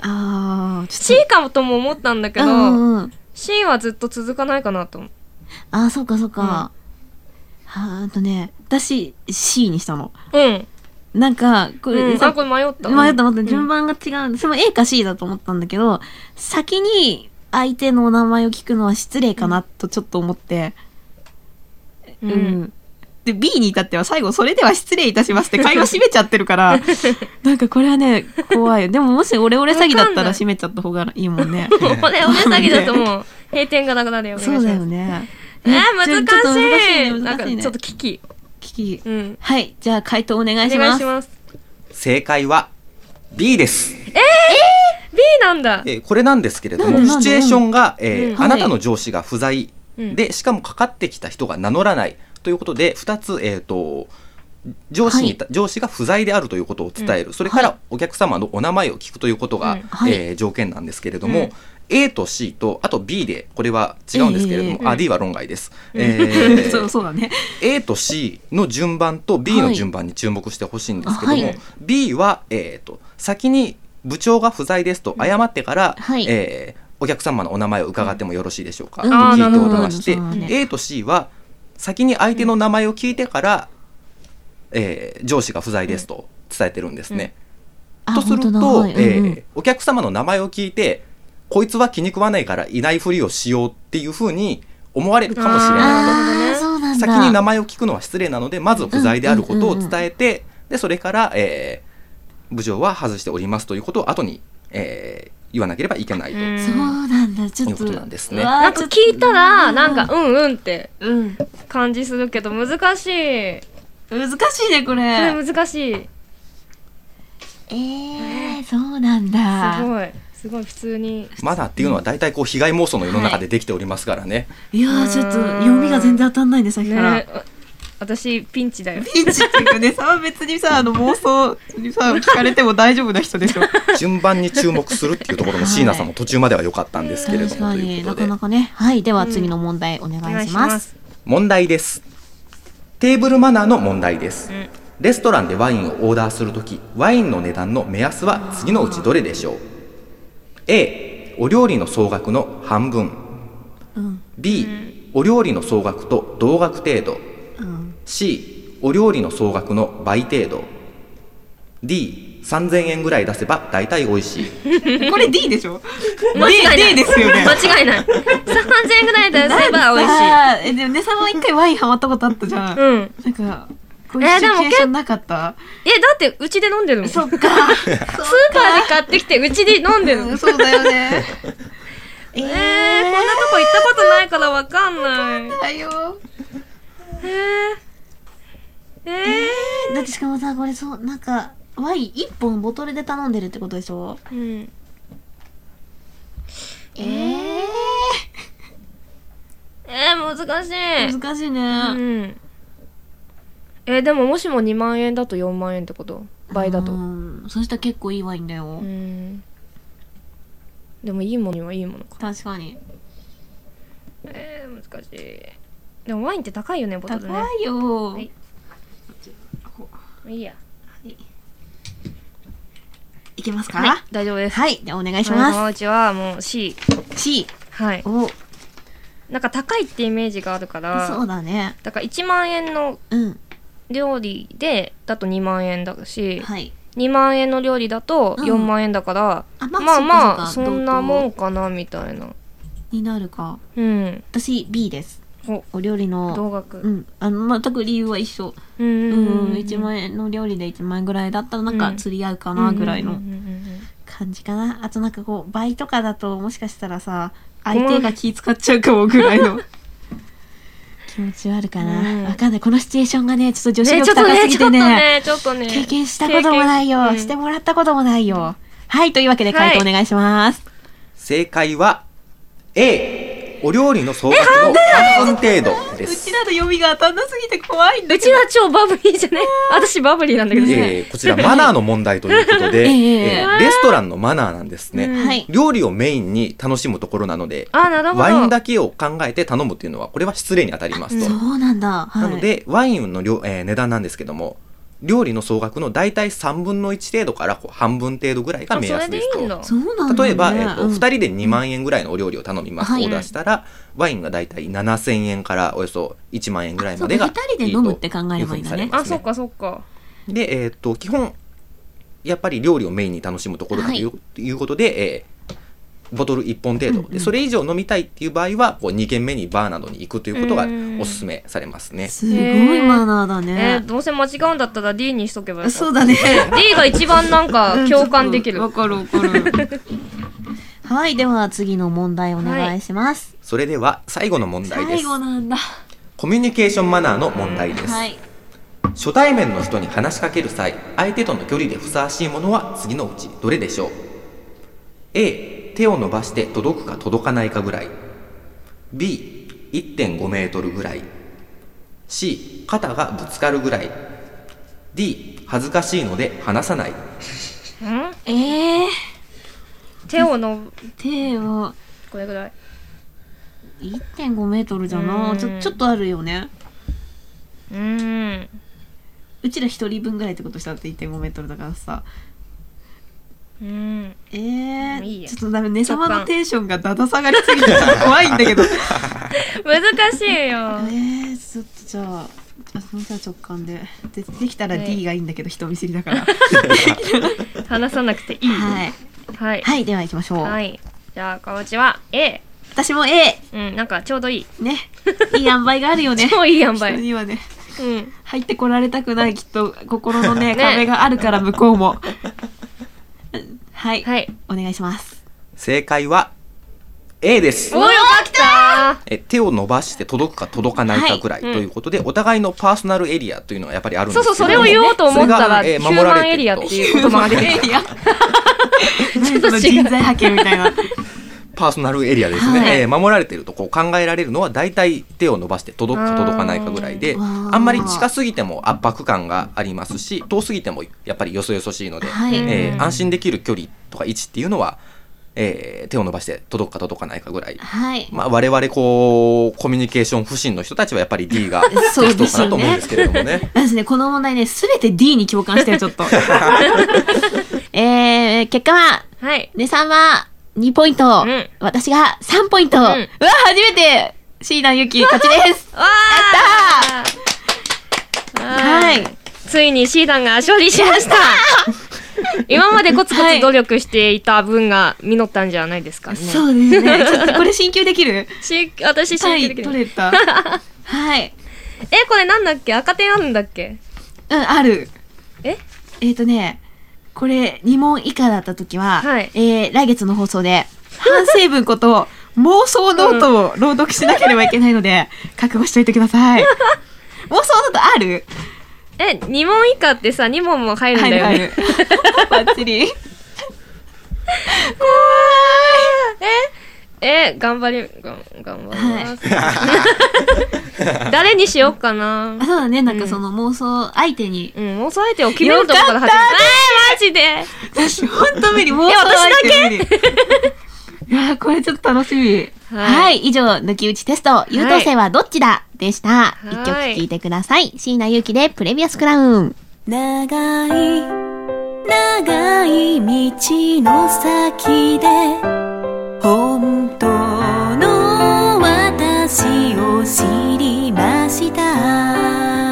[SPEAKER 3] ああちょっ
[SPEAKER 1] C かもとも思ったんだけ
[SPEAKER 3] と
[SPEAKER 1] ど、
[SPEAKER 3] うんうんうん
[SPEAKER 1] C はずっと続かないかなと思う。
[SPEAKER 3] ああ、そうかそうか。はあ、あとね、私、C にしたの。
[SPEAKER 1] うん。
[SPEAKER 3] なんか、これ、
[SPEAKER 1] うん、
[SPEAKER 3] さ
[SPEAKER 1] あ、これ迷った。
[SPEAKER 3] 迷った待っ
[SPEAKER 1] うん
[SPEAKER 3] て、順番が違うんで、それも A か C だと思ったんだけど、先に相手のお名前を聞くのは失礼かなとちょっと思って、
[SPEAKER 1] う
[SPEAKER 3] うんん。で、B に至っては最後、それでは失礼いたします って会話閉めちゃってるから、 なんかこれはね、怖い。でももしオレオレ詐欺だっ
[SPEAKER 1] わかん
[SPEAKER 3] た
[SPEAKER 1] ない
[SPEAKER 3] ら閉めちゃった方がいいもんね。
[SPEAKER 1] もうこ れ、おね詐欺だともう、閉店がなくなるよ。お願いしま
[SPEAKER 3] そ
[SPEAKER 1] す
[SPEAKER 3] うだよ。ね。
[SPEAKER 1] えー、難
[SPEAKER 3] ちょ
[SPEAKER 1] しい。
[SPEAKER 3] ちょっ
[SPEAKER 1] な
[SPEAKER 3] と難しいね。難
[SPEAKER 1] んか、
[SPEAKER 3] しいね。
[SPEAKER 1] ちょっと危機。
[SPEAKER 3] 聞き
[SPEAKER 1] うん。
[SPEAKER 3] はい、じゃあ回答お願
[SPEAKER 1] お
[SPEAKER 3] いし
[SPEAKER 1] 願
[SPEAKER 3] ま
[SPEAKER 1] いし
[SPEAKER 3] す。
[SPEAKER 1] ます。
[SPEAKER 4] 正解は B です。
[SPEAKER 1] B なんだ。
[SPEAKER 4] えーこれなんですけれど
[SPEAKER 3] な
[SPEAKER 4] も、
[SPEAKER 3] んで
[SPEAKER 4] シチュエーションが、えー
[SPEAKER 1] うん
[SPEAKER 4] あなたの上司が不在
[SPEAKER 1] うん
[SPEAKER 4] で、しかもかかってきた人が名乗らないということで、2つ、えっ、と、上司にた、上司が不在であるということを伝える、それからお客様のお名前を聞くということが、
[SPEAKER 1] うん
[SPEAKER 2] はい
[SPEAKER 4] えー条件なんですけれど
[SPEAKER 1] う
[SPEAKER 4] も、
[SPEAKER 1] ん
[SPEAKER 4] A と C と、あと B で、これは違うんですけれども、
[SPEAKER 3] え
[SPEAKER 1] え
[SPEAKER 4] あ、D は論外です。えー
[SPEAKER 3] そうそうだね。
[SPEAKER 4] A と C の順番と B の
[SPEAKER 3] はい
[SPEAKER 4] 順番に注目してほしいんですけども、
[SPEAKER 2] あはい
[SPEAKER 4] B は、えー、と先に部長が不在ですと謝ってから、
[SPEAKER 2] はい
[SPEAKER 4] えーお客様のお名前を伺ってもよろしいでしょうか、
[SPEAKER 3] うん
[SPEAKER 4] と聞いておりまして、
[SPEAKER 3] あーなるほどなるほど
[SPEAKER 4] A と C は先に相手の名前を聞いてから、えー上司が不在ですと伝えてるんですね。
[SPEAKER 2] あ
[SPEAKER 4] とする
[SPEAKER 2] 本当だ
[SPEAKER 4] と、
[SPEAKER 2] はい
[SPEAKER 4] え
[SPEAKER 2] うんうん
[SPEAKER 4] ーお客様の名前を聞いてこいつは気に食わないからいないふりをしようっていうふうに思われるかもし
[SPEAKER 1] な
[SPEAKER 4] れ
[SPEAKER 1] るほ
[SPEAKER 4] ない
[SPEAKER 1] どね
[SPEAKER 2] あーそうなん
[SPEAKER 4] と
[SPEAKER 2] だ。
[SPEAKER 4] 先に名前を聞くのは失礼なのでまず不在であることを伝えて、でそれから、えー、部長は外しておりますということを後に、えー言わなければいけないと。
[SPEAKER 1] うん
[SPEAKER 3] そうなんだ、ちょっと。
[SPEAKER 4] いうことなんですね
[SPEAKER 3] うわー
[SPEAKER 1] なんか聞いたらなんか、うんうんって
[SPEAKER 3] うん。
[SPEAKER 1] 感じするけど難しい
[SPEAKER 3] 難しいね、こ
[SPEAKER 1] こ
[SPEAKER 3] れ。
[SPEAKER 1] れ難しい
[SPEAKER 2] えー
[SPEAKER 3] そうなんだ。
[SPEAKER 1] すごいすごい普通に
[SPEAKER 4] まだっていうのは大体こう被害妄想の世の中でできておりますからね。
[SPEAKER 3] いやー、ちょっと読みが全然当たんないね、さっきから。
[SPEAKER 1] ね私ピンチだよ
[SPEAKER 3] ピンチってい うかね、さあ別にさ、あの妄想にさ、聞かれても大丈夫な 人でしょ。
[SPEAKER 4] 順番に注目するっていうところの椎名さんの途中までは良かったんですけれど
[SPEAKER 2] 確
[SPEAKER 4] も、
[SPEAKER 2] か
[SPEAKER 4] とい
[SPEAKER 2] に
[SPEAKER 4] うこ
[SPEAKER 2] な
[SPEAKER 4] とで
[SPEAKER 2] かなかね。はい。では
[SPEAKER 1] うん
[SPEAKER 2] 次の問題お願
[SPEAKER 1] お願
[SPEAKER 2] い
[SPEAKER 1] いし
[SPEAKER 2] しま。
[SPEAKER 1] ますす
[SPEAKER 4] 問題ですテーブルマナーの問題です、
[SPEAKER 1] ん
[SPEAKER 4] レストランでワインをオーダーするときワインの値段の目安は次のうちどれでしょう A お料理の総額の半分、B お料理の総額と同額程度、C お料理の総額の倍程度 D3000 円ぐらい出せば大体美味しい
[SPEAKER 3] これ D でしょ ?D
[SPEAKER 1] 間違いない
[SPEAKER 3] D ですよね。
[SPEAKER 1] 間違いない3000円ぐらいで売れば美味しい
[SPEAKER 3] しい。え、でもねさんも一回ワインハマったことあったじゃん。
[SPEAKER 1] うん
[SPEAKER 3] なんか、こういう
[SPEAKER 1] えー
[SPEAKER 3] シチ
[SPEAKER 1] で
[SPEAKER 3] ュ
[SPEAKER 1] も
[SPEAKER 3] エーションなかった。
[SPEAKER 1] えだってうちで飲んでるもんスー
[SPEAKER 3] そっか。
[SPEAKER 1] パーで買ってきてうちで飲んでる
[SPEAKER 3] う
[SPEAKER 1] の
[SPEAKER 3] んそうだよね。
[SPEAKER 1] えー、こんなとこ行ったことないからわかんない
[SPEAKER 3] だよ。
[SPEAKER 1] えー、えー
[SPEAKER 2] だってしかもさ、これそう、なんか、ワイン一本ボトルで頼んでるってことでしょ
[SPEAKER 1] うん、
[SPEAKER 2] ええ
[SPEAKER 1] えー、難しい、
[SPEAKER 3] 難しいうね。
[SPEAKER 1] ん、えー、でももしも2万円だと4万円ってこと倍だと
[SPEAKER 2] うん。そしたら結構いいワインだよ
[SPEAKER 1] う。んでもいいものにはいいものか
[SPEAKER 3] 確かに。
[SPEAKER 1] えー、難しいでもワインって高いよねボトルね
[SPEAKER 3] 高いよ。
[SPEAKER 1] いいいや
[SPEAKER 3] いけます
[SPEAKER 1] はい
[SPEAKER 3] か
[SPEAKER 1] 大丈夫です
[SPEAKER 2] はい。じゃあお願いし
[SPEAKER 1] この
[SPEAKER 2] ま
[SPEAKER 1] うちはもう C
[SPEAKER 2] す。C。
[SPEAKER 1] はい
[SPEAKER 2] お、
[SPEAKER 1] なんか高いってイメージがあるから
[SPEAKER 2] そうだね。
[SPEAKER 1] だから1万円の
[SPEAKER 2] うん。
[SPEAKER 1] 料理でだと2万円だし、
[SPEAKER 2] はい。
[SPEAKER 1] 2万円の料理だと
[SPEAKER 2] うん
[SPEAKER 1] 4万円だから、
[SPEAKER 2] あま
[SPEAKER 1] ま
[SPEAKER 2] あ
[SPEAKER 1] あまあ
[SPEAKER 2] そ
[SPEAKER 1] そ
[SPEAKER 2] っかそっか
[SPEAKER 1] んなもんかなみたいな
[SPEAKER 2] になるか。
[SPEAKER 1] うん
[SPEAKER 2] 私、B です。
[SPEAKER 1] お
[SPEAKER 2] お料理の、
[SPEAKER 1] 同額
[SPEAKER 2] う。
[SPEAKER 1] うん
[SPEAKER 2] あの、全く理由は一緒。
[SPEAKER 1] んうん
[SPEAKER 2] う。
[SPEAKER 1] うんん
[SPEAKER 2] 1万円の料理で1万円ぐらいだったら、なん
[SPEAKER 1] う
[SPEAKER 2] か
[SPEAKER 1] ん
[SPEAKER 2] 釣り合うかな、ぐらい
[SPEAKER 1] うん
[SPEAKER 2] の
[SPEAKER 1] うんうんうん
[SPEAKER 2] 感じかな。あとなんかこう、倍とかだと、もしかしたらさ、相手が気使っちゃうかもぐらい の。気持ちはあるか
[SPEAKER 1] うん
[SPEAKER 2] な。わかんない。このシチュエーションがね、ちょっと女子
[SPEAKER 1] ねちょ
[SPEAKER 2] 力
[SPEAKER 1] っと
[SPEAKER 2] 高す
[SPEAKER 1] ね
[SPEAKER 2] ぎ
[SPEAKER 1] ちょ
[SPEAKER 2] て
[SPEAKER 1] っと
[SPEAKER 2] ね、
[SPEAKER 1] ねちょっとね
[SPEAKER 2] 経験したこともないよ。して
[SPEAKER 1] も
[SPEAKER 2] もらったこともないよ。はい。というわけで回答お願いします。
[SPEAKER 4] 正解は A お料理の総額の半分程度で
[SPEAKER 3] う
[SPEAKER 4] す
[SPEAKER 3] ちらの読みが当たんなすぎて怖いんだ
[SPEAKER 1] う
[SPEAKER 3] け
[SPEAKER 1] ち
[SPEAKER 3] ど。
[SPEAKER 1] は超バブリーじゃね私バブリーなんだけどね、
[SPEAKER 4] えーこちらマナーの問題ということ で、
[SPEAKER 2] ええ
[SPEAKER 4] えーレストランのマナーなんですね、
[SPEAKER 1] うん
[SPEAKER 2] はい。
[SPEAKER 4] 料理をメインに楽しむところなので
[SPEAKER 1] あなるほど
[SPEAKER 4] ワインだけを考えて頼むっていうのはこれは失礼に当たりますと、
[SPEAKER 1] あ
[SPEAKER 2] そうなんだ。はい。
[SPEAKER 4] なのでワインの量、えー値段なんですけども料理の総額の大体3分の1程度からこう半分程度ぐらいが
[SPEAKER 1] あ
[SPEAKER 4] 目
[SPEAKER 1] それ
[SPEAKER 4] 安
[SPEAKER 1] で
[SPEAKER 4] で
[SPEAKER 1] い
[SPEAKER 4] すと
[SPEAKER 1] いんだ
[SPEAKER 2] そうなんだ、ね。
[SPEAKER 4] 例えば、えっと
[SPEAKER 2] うん
[SPEAKER 4] 2人で2万円ぐらいのお料理を頼みます、
[SPEAKER 2] はい
[SPEAKER 4] オーダーしたらワインがだいたい7000円からおよそ1万円ぐらいまでが
[SPEAKER 2] あそうか二人で飲むって考えればいいんだね
[SPEAKER 4] うふうにされま
[SPEAKER 1] あ
[SPEAKER 4] す
[SPEAKER 1] そっかそっか
[SPEAKER 4] で、えっと基本やっぱり料理をメインに楽しむところだという,、いうことで、えーボトル1本程度、
[SPEAKER 2] うんうん
[SPEAKER 4] でそれ以上飲みたいっていう場合はこう2軒目にバーなどに行くということが
[SPEAKER 1] うん
[SPEAKER 4] おすすめされますね。
[SPEAKER 2] すごいマナーだ
[SPEAKER 1] え
[SPEAKER 2] ね
[SPEAKER 1] ー。どうせ間違うんだったら D にしとけばよかった
[SPEAKER 2] そうだね。
[SPEAKER 1] D が一番なんか 共感できる
[SPEAKER 3] わかるわ かる。
[SPEAKER 2] はい、では次の問題お願いします。
[SPEAKER 4] それでは最後の問題で
[SPEAKER 3] 最
[SPEAKER 4] す
[SPEAKER 3] 後なんだ。
[SPEAKER 4] コミュニケーションマナーの問題です、
[SPEAKER 2] はい。
[SPEAKER 4] 初対面の人に話しかける際相手との距離でふさわしいものは次のうちどれでしょう A 手を伸ばして届くか届かないかぐらい B1.5 メートルぐらい C 肩がぶつかるぐらい D 恥ずかしいので話さない
[SPEAKER 1] ん
[SPEAKER 2] えー、
[SPEAKER 1] 手をの
[SPEAKER 2] 手を
[SPEAKER 1] これぐらい
[SPEAKER 2] 1.5メートルじゃな。
[SPEAKER 1] うん
[SPEAKER 2] ちょ、ちょっとあるよね。
[SPEAKER 1] うーん
[SPEAKER 3] うちら一人分ぐらいってことしたって1.5メートルだからさ。
[SPEAKER 1] うーん
[SPEAKER 3] え
[SPEAKER 1] もういい
[SPEAKER 3] ー、
[SPEAKER 1] や
[SPEAKER 3] ちょっとダメ、ねさまのテンションがだだ下がりすぎてちょっと怖いんだけど。え
[SPEAKER 1] 難しいよ
[SPEAKER 3] ー、ちょっとじゃあ、あそのじゃあ直感で。でできたら
[SPEAKER 1] ね
[SPEAKER 3] D がいいんだけど、人見知 りだから。
[SPEAKER 1] 話さなくていい
[SPEAKER 2] はい。
[SPEAKER 1] はい
[SPEAKER 2] はい、では行きましょう。
[SPEAKER 1] はいじゃあかわちは A
[SPEAKER 3] 私も A
[SPEAKER 1] うんなんかちょうどいい
[SPEAKER 3] ねいい塩梅があるよ ね
[SPEAKER 1] 超いい塩
[SPEAKER 3] 人
[SPEAKER 1] 梅
[SPEAKER 3] にはね
[SPEAKER 1] うん
[SPEAKER 3] 入ってこられたくないきっと心の
[SPEAKER 1] ね
[SPEAKER 3] ね壁があるから向こう もはい、
[SPEAKER 1] はい
[SPEAKER 3] お願いします
[SPEAKER 4] 正解は A です
[SPEAKER 1] およかった
[SPEAKER 4] え手を伸ばして届くか届かないかぐらいと
[SPEAKER 1] はいうん
[SPEAKER 4] いうことで、お互いのパーソナルエリアというのがやっぱりあるんです
[SPEAKER 1] そう
[SPEAKER 4] け
[SPEAKER 1] そ
[SPEAKER 4] ど
[SPEAKER 1] うそれを言おうと思ったら
[SPEAKER 4] それ
[SPEAKER 1] ヒ
[SPEAKER 4] が
[SPEAKER 1] ュー
[SPEAKER 4] えー守ら
[SPEAKER 1] マン
[SPEAKER 4] れて
[SPEAKER 1] エ
[SPEAKER 4] る
[SPEAKER 1] リアっていう言葉が出てき
[SPEAKER 3] いや
[SPEAKER 1] ょっと違う
[SPEAKER 3] 何その人材派遣みたいな
[SPEAKER 4] パーソナルエリアですね、
[SPEAKER 3] はい
[SPEAKER 4] えー守られてるとこう考えられるのは大体手を伸ばして届くか届かないかぐらいで
[SPEAKER 3] あー
[SPEAKER 4] あんまり近すぎても圧迫感がありますし遠すぎてもやっぱりよそよそしいので、
[SPEAKER 3] はい、
[SPEAKER 1] うん
[SPEAKER 4] えー安心できる距離とか位置っていうのは、えー手を伸ばして届くか届かないかぐらい。
[SPEAKER 3] はい
[SPEAKER 4] まあ、我々こうコミュニケーション不信の人たちはやっぱり D が
[SPEAKER 3] そう
[SPEAKER 4] 適当
[SPEAKER 3] です
[SPEAKER 4] か
[SPEAKER 3] よね
[SPEAKER 4] なと思うんですけれどもね。
[SPEAKER 3] なんですね、この問題ね、すべて D に共感してる、ちょっと。 えー、結果は、
[SPEAKER 1] はい
[SPEAKER 3] ねさんは2ポイント、
[SPEAKER 1] うん
[SPEAKER 3] 私が3ポイント。うわ、初めて、椎名ゆき勝ちです。
[SPEAKER 1] わあやったー
[SPEAKER 3] はい。
[SPEAKER 1] ついにシーダンが勝利しま した今までコツコツ努力していた分が実ったんじゃないですかね。
[SPEAKER 3] そうで すね。ちょっとこれ進級できる
[SPEAKER 1] し私真
[SPEAKER 3] は
[SPEAKER 1] 剣
[SPEAKER 3] い、
[SPEAKER 1] でき
[SPEAKER 3] 取
[SPEAKER 1] る。
[SPEAKER 3] れた。 はい。
[SPEAKER 1] え、これなんだっけ赤点あるんだっけ
[SPEAKER 3] うん、ある。
[SPEAKER 1] え
[SPEAKER 3] えっ、ー、とね、これ2問以下だった時は、
[SPEAKER 1] はい
[SPEAKER 3] えー来月の放送で、反省文こと妄想ノートを朗読しなければいけない ので、覚悟しといてください。妄想ノートある
[SPEAKER 1] え、2問以下ってさ、2問も入るんだよね。
[SPEAKER 3] 入る入る。バッチリ。
[SPEAKER 1] え、頑張り、がん頑張ります。 誰にしようかな
[SPEAKER 3] あ。そうだね、なんかその妄想相手に。
[SPEAKER 1] うん、もうそうやってお決めるとこから始めた。えー、マジ
[SPEAKER 3] 私、ほんと無理、妄想相手無理。いやーこれちょっと楽しみ。
[SPEAKER 1] はい
[SPEAKER 3] はい、以上、抜き打ちテスト、優等生はどっちだでした。
[SPEAKER 1] い
[SPEAKER 3] 一曲聴いてください。椎名ゆきで、プレビアスクラウン。
[SPEAKER 6] 長い長い道の先で本当の私を知りました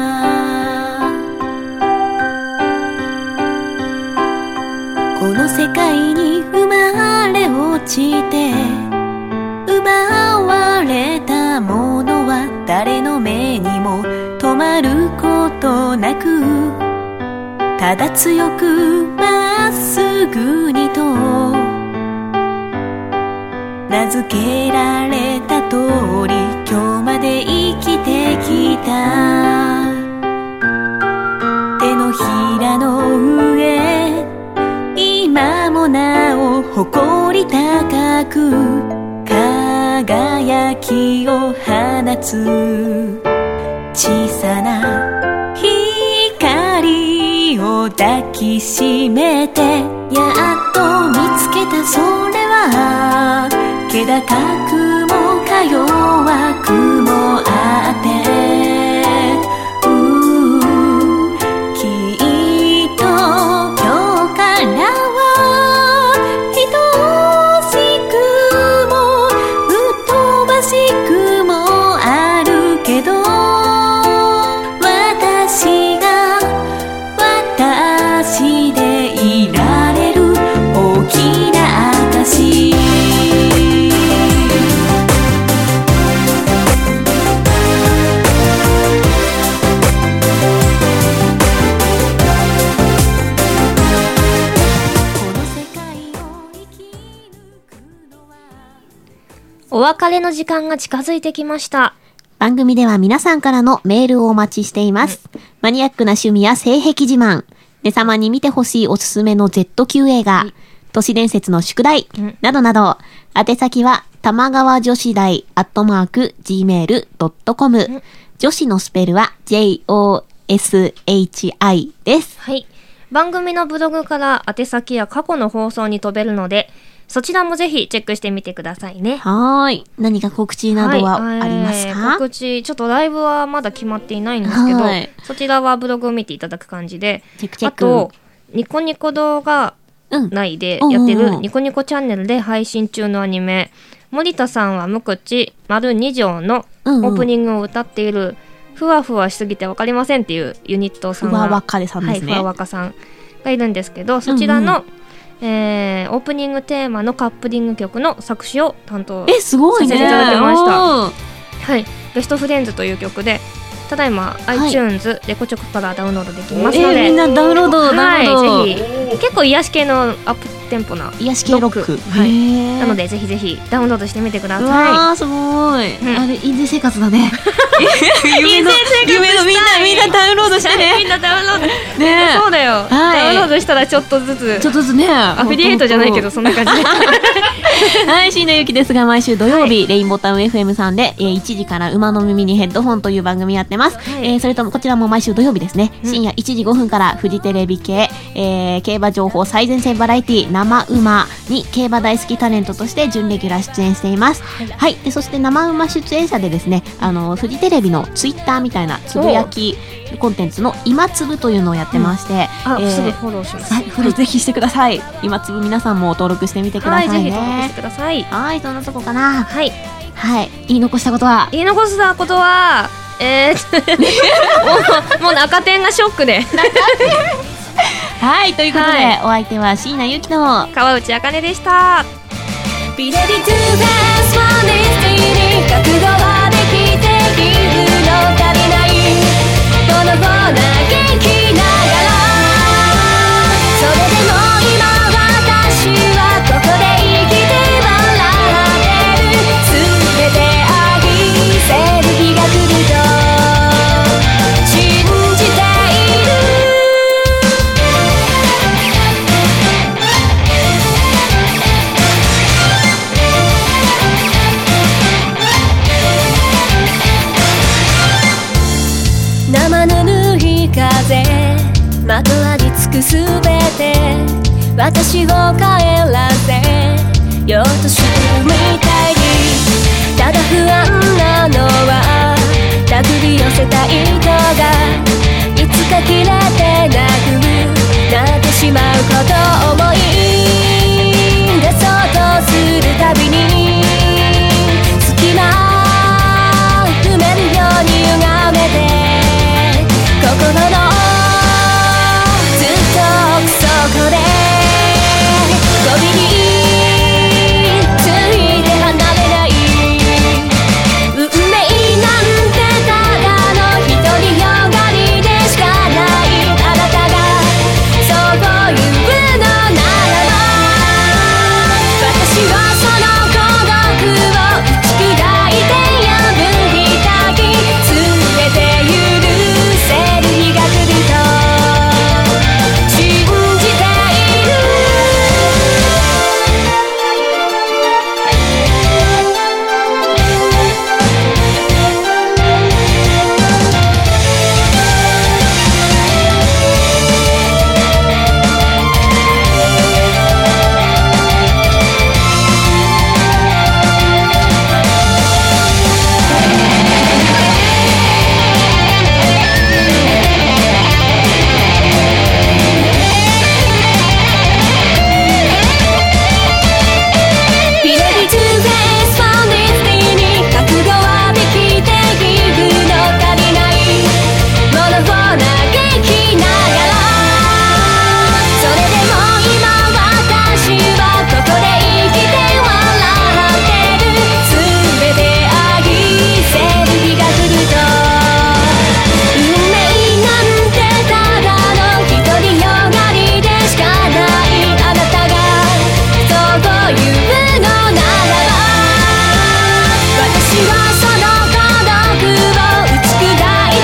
[SPEAKER 6] この世界に生まれ落ちて奪われたものは誰の目にも止まることなくただ強くまっすぐにと名付けられた通り今日まで生きてきた手のひらの上今もなお誇り高く輝きを放つ小さな光を抱きしめてやっと見つけたそれは気高くもか弱くもあってうんきっと今日からは愛しくもうっとばしくもあるけど私が私でいられる大きな証この世界を生き抜くのは
[SPEAKER 1] お別れの時間が近づいてきました。
[SPEAKER 2] 番組では皆さんからのメールをお待ちしています。マニアックな趣味や性癖自慢、ねさまに見てほしいおすすめの Z 級映画、都市伝説の宿題
[SPEAKER 1] うん、
[SPEAKER 2] などなど、宛先は玉川女子大アットマーク gmail.com 女子のスペルは joshi です。
[SPEAKER 1] はい。番組のブログから宛先や過去の放送に飛べるので、そちらもぜひチェックしてみてくださいね。
[SPEAKER 2] はーい。何か告知などはあります
[SPEAKER 1] はいえー
[SPEAKER 2] か
[SPEAKER 1] 告知、ちょっとライブはまだ決まっていないんですけど、
[SPEAKER 2] はい
[SPEAKER 1] そちらはブログを見ていただく感じで、
[SPEAKER 2] チェックチェック
[SPEAKER 1] あと、ニコニコ動画
[SPEAKER 2] うん。
[SPEAKER 1] 内で
[SPEAKER 2] うん
[SPEAKER 1] やって
[SPEAKER 2] うんうんう
[SPEAKER 1] る
[SPEAKER 2] ん
[SPEAKER 1] ニコニコチャンネルで配信中のアニメ、森田さんは無口丸2条のオ
[SPEAKER 2] うんうん
[SPEAKER 1] ープニングを歌っている、ふわふわしすぎてわかりませんっていうユニットさん
[SPEAKER 2] ふ
[SPEAKER 1] が
[SPEAKER 2] わわかれさんですね
[SPEAKER 1] はい、ふわわかさんがいるんですけど、そちらの、えーオープニングテーマのカップリング曲の作詞を担当
[SPEAKER 3] えすごいね
[SPEAKER 1] させていただきました
[SPEAKER 3] おー
[SPEAKER 1] はい、ベストフレンズという曲で、ただいま
[SPEAKER 2] い
[SPEAKER 1] iTunes レコチョコからダウンロードでき
[SPEAKER 3] え
[SPEAKER 1] ますの
[SPEAKER 3] みん
[SPEAKER 1] で、
[SPEAKER 3] なダウンロードダウンロード、
[SPEAKER 1] はい、ぜひ結構癒し系のアップテンポな、
[SPEAKER 2] 癒し系ロック
[SPEAKER 1] ロック
[SPEAKER 3] は
[SPEAKER 1] はいい、なのでぜひぜひダウンロードしてみてくだ
[SPEAKER 3] う
[SPEAKER 1] さ
[SPEAKER 3] わーすごい、
[SPEAKER 1] うん
[SPEAKER 2] あれ印税生活だ ね
[SPEAKER 3] 夢の夢のみんなみんなダウンロードして
[SPEAKER 1] い。 み
[SPEAKER 3] ね
[SPEAKER 1] んなダウンロード、
[SPEAKER 3] ね
[SPEAKER 1] そうだよ。ダウンロードしたらちょっとず
[SPEAKER 3] ち
[SPEAKER 1] つ。
[SPEAKER 3] ょっとずつね
[SPEAKER 1] アフィリエイトじゃないけどそんな感じで
[SPEAKER 3] はい、椎名ゆきですが、毎週土曜日、レインボータウン FM さんで、えー1時から馬の耳にヘッドホンという番組やってます。
[SPEAKER 1] はい
[SPEAKER 3] えーそれとも、こちらも毎週土曜日ですね、
[SPEAKER 1] うん
[SPEAKER 3] 深夜1時5分から、フジテレビ系、えー競馬情報最前線バラエティ、生馬に競馬大好きタレントとして、準レギュラー出演しています。
[SPEAKER 1] い
[SPEAKER 3] はい、でそして生馬出演者でですね、あの、フジテレビのツイッターみたいなつぶやきコンテンツの今つぶというのをやってまして、
[SPEAKER 1] あ、
[SPEAKER 3] えー
[SPEAKER 1] すぐフォローします
[SPEAKER 3] はい、フォローぜひしてください。今つぶ皆さんも登録してみてくだ
[SPEAKER 1] は
[SPEAKER 3] さい
[SPEAKER 1] い、
[SPEAKER 3] ね。
[SPEAKER 1] ぜひ登録してください
[SPEAKER 3] はい、そんなとこかな。
[SPEAKER 1] はい、
[SPEAKER 3] はい、言い残したことは。
[SPEAKER 1] 言い残したことはえー もうもう赤点がショックで
[SPEAKER 3] はい、ということで、
[SPEAKER 1] は
[SPEAKER 3] お相手は椎名ゆきと。
[SPEAKER 1] 川内茜でした
[SPEAKER 6] ビレディトゥーベースワンディスティー覚悟はできているの足りないこの子嘆きながらそれでも今私はここで生きて笑ってる全て愛せる日が来ると信じている生ぬるい風まとわりつくすべて私を帰らせようとしてるみたいにただ不安なのは手繰り寄せた糸がいつか切れてなくなってしまうことを思い出そうとするたびに隙間埋めるように歪めて心のずっと奥底でゴミについて離れない運命なんてただの独りよがりでしかないあなたがそういうのならば私はその孤独を打ち砕いて破りたき全て許せる日が来ると信じている「ビレリトゥーベースファンディスティーに覚悟はできているの足りない」「ものを嘆きながら」「それでも今私はここで生きて笑ってる」「全て愛せる日が来ると」「運命なんてただの独りよがりでしかないあなたが」そういうのならば私はその孤独を打ち砕いて破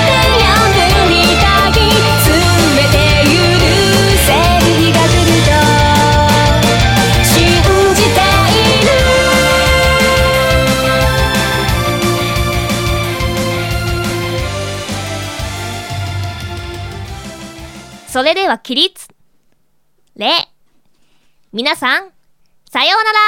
[SPEAKER 6] りたき全て許せる日が来ると信じている
[SPEAKER 1] それでは起立礼皆さんさようなら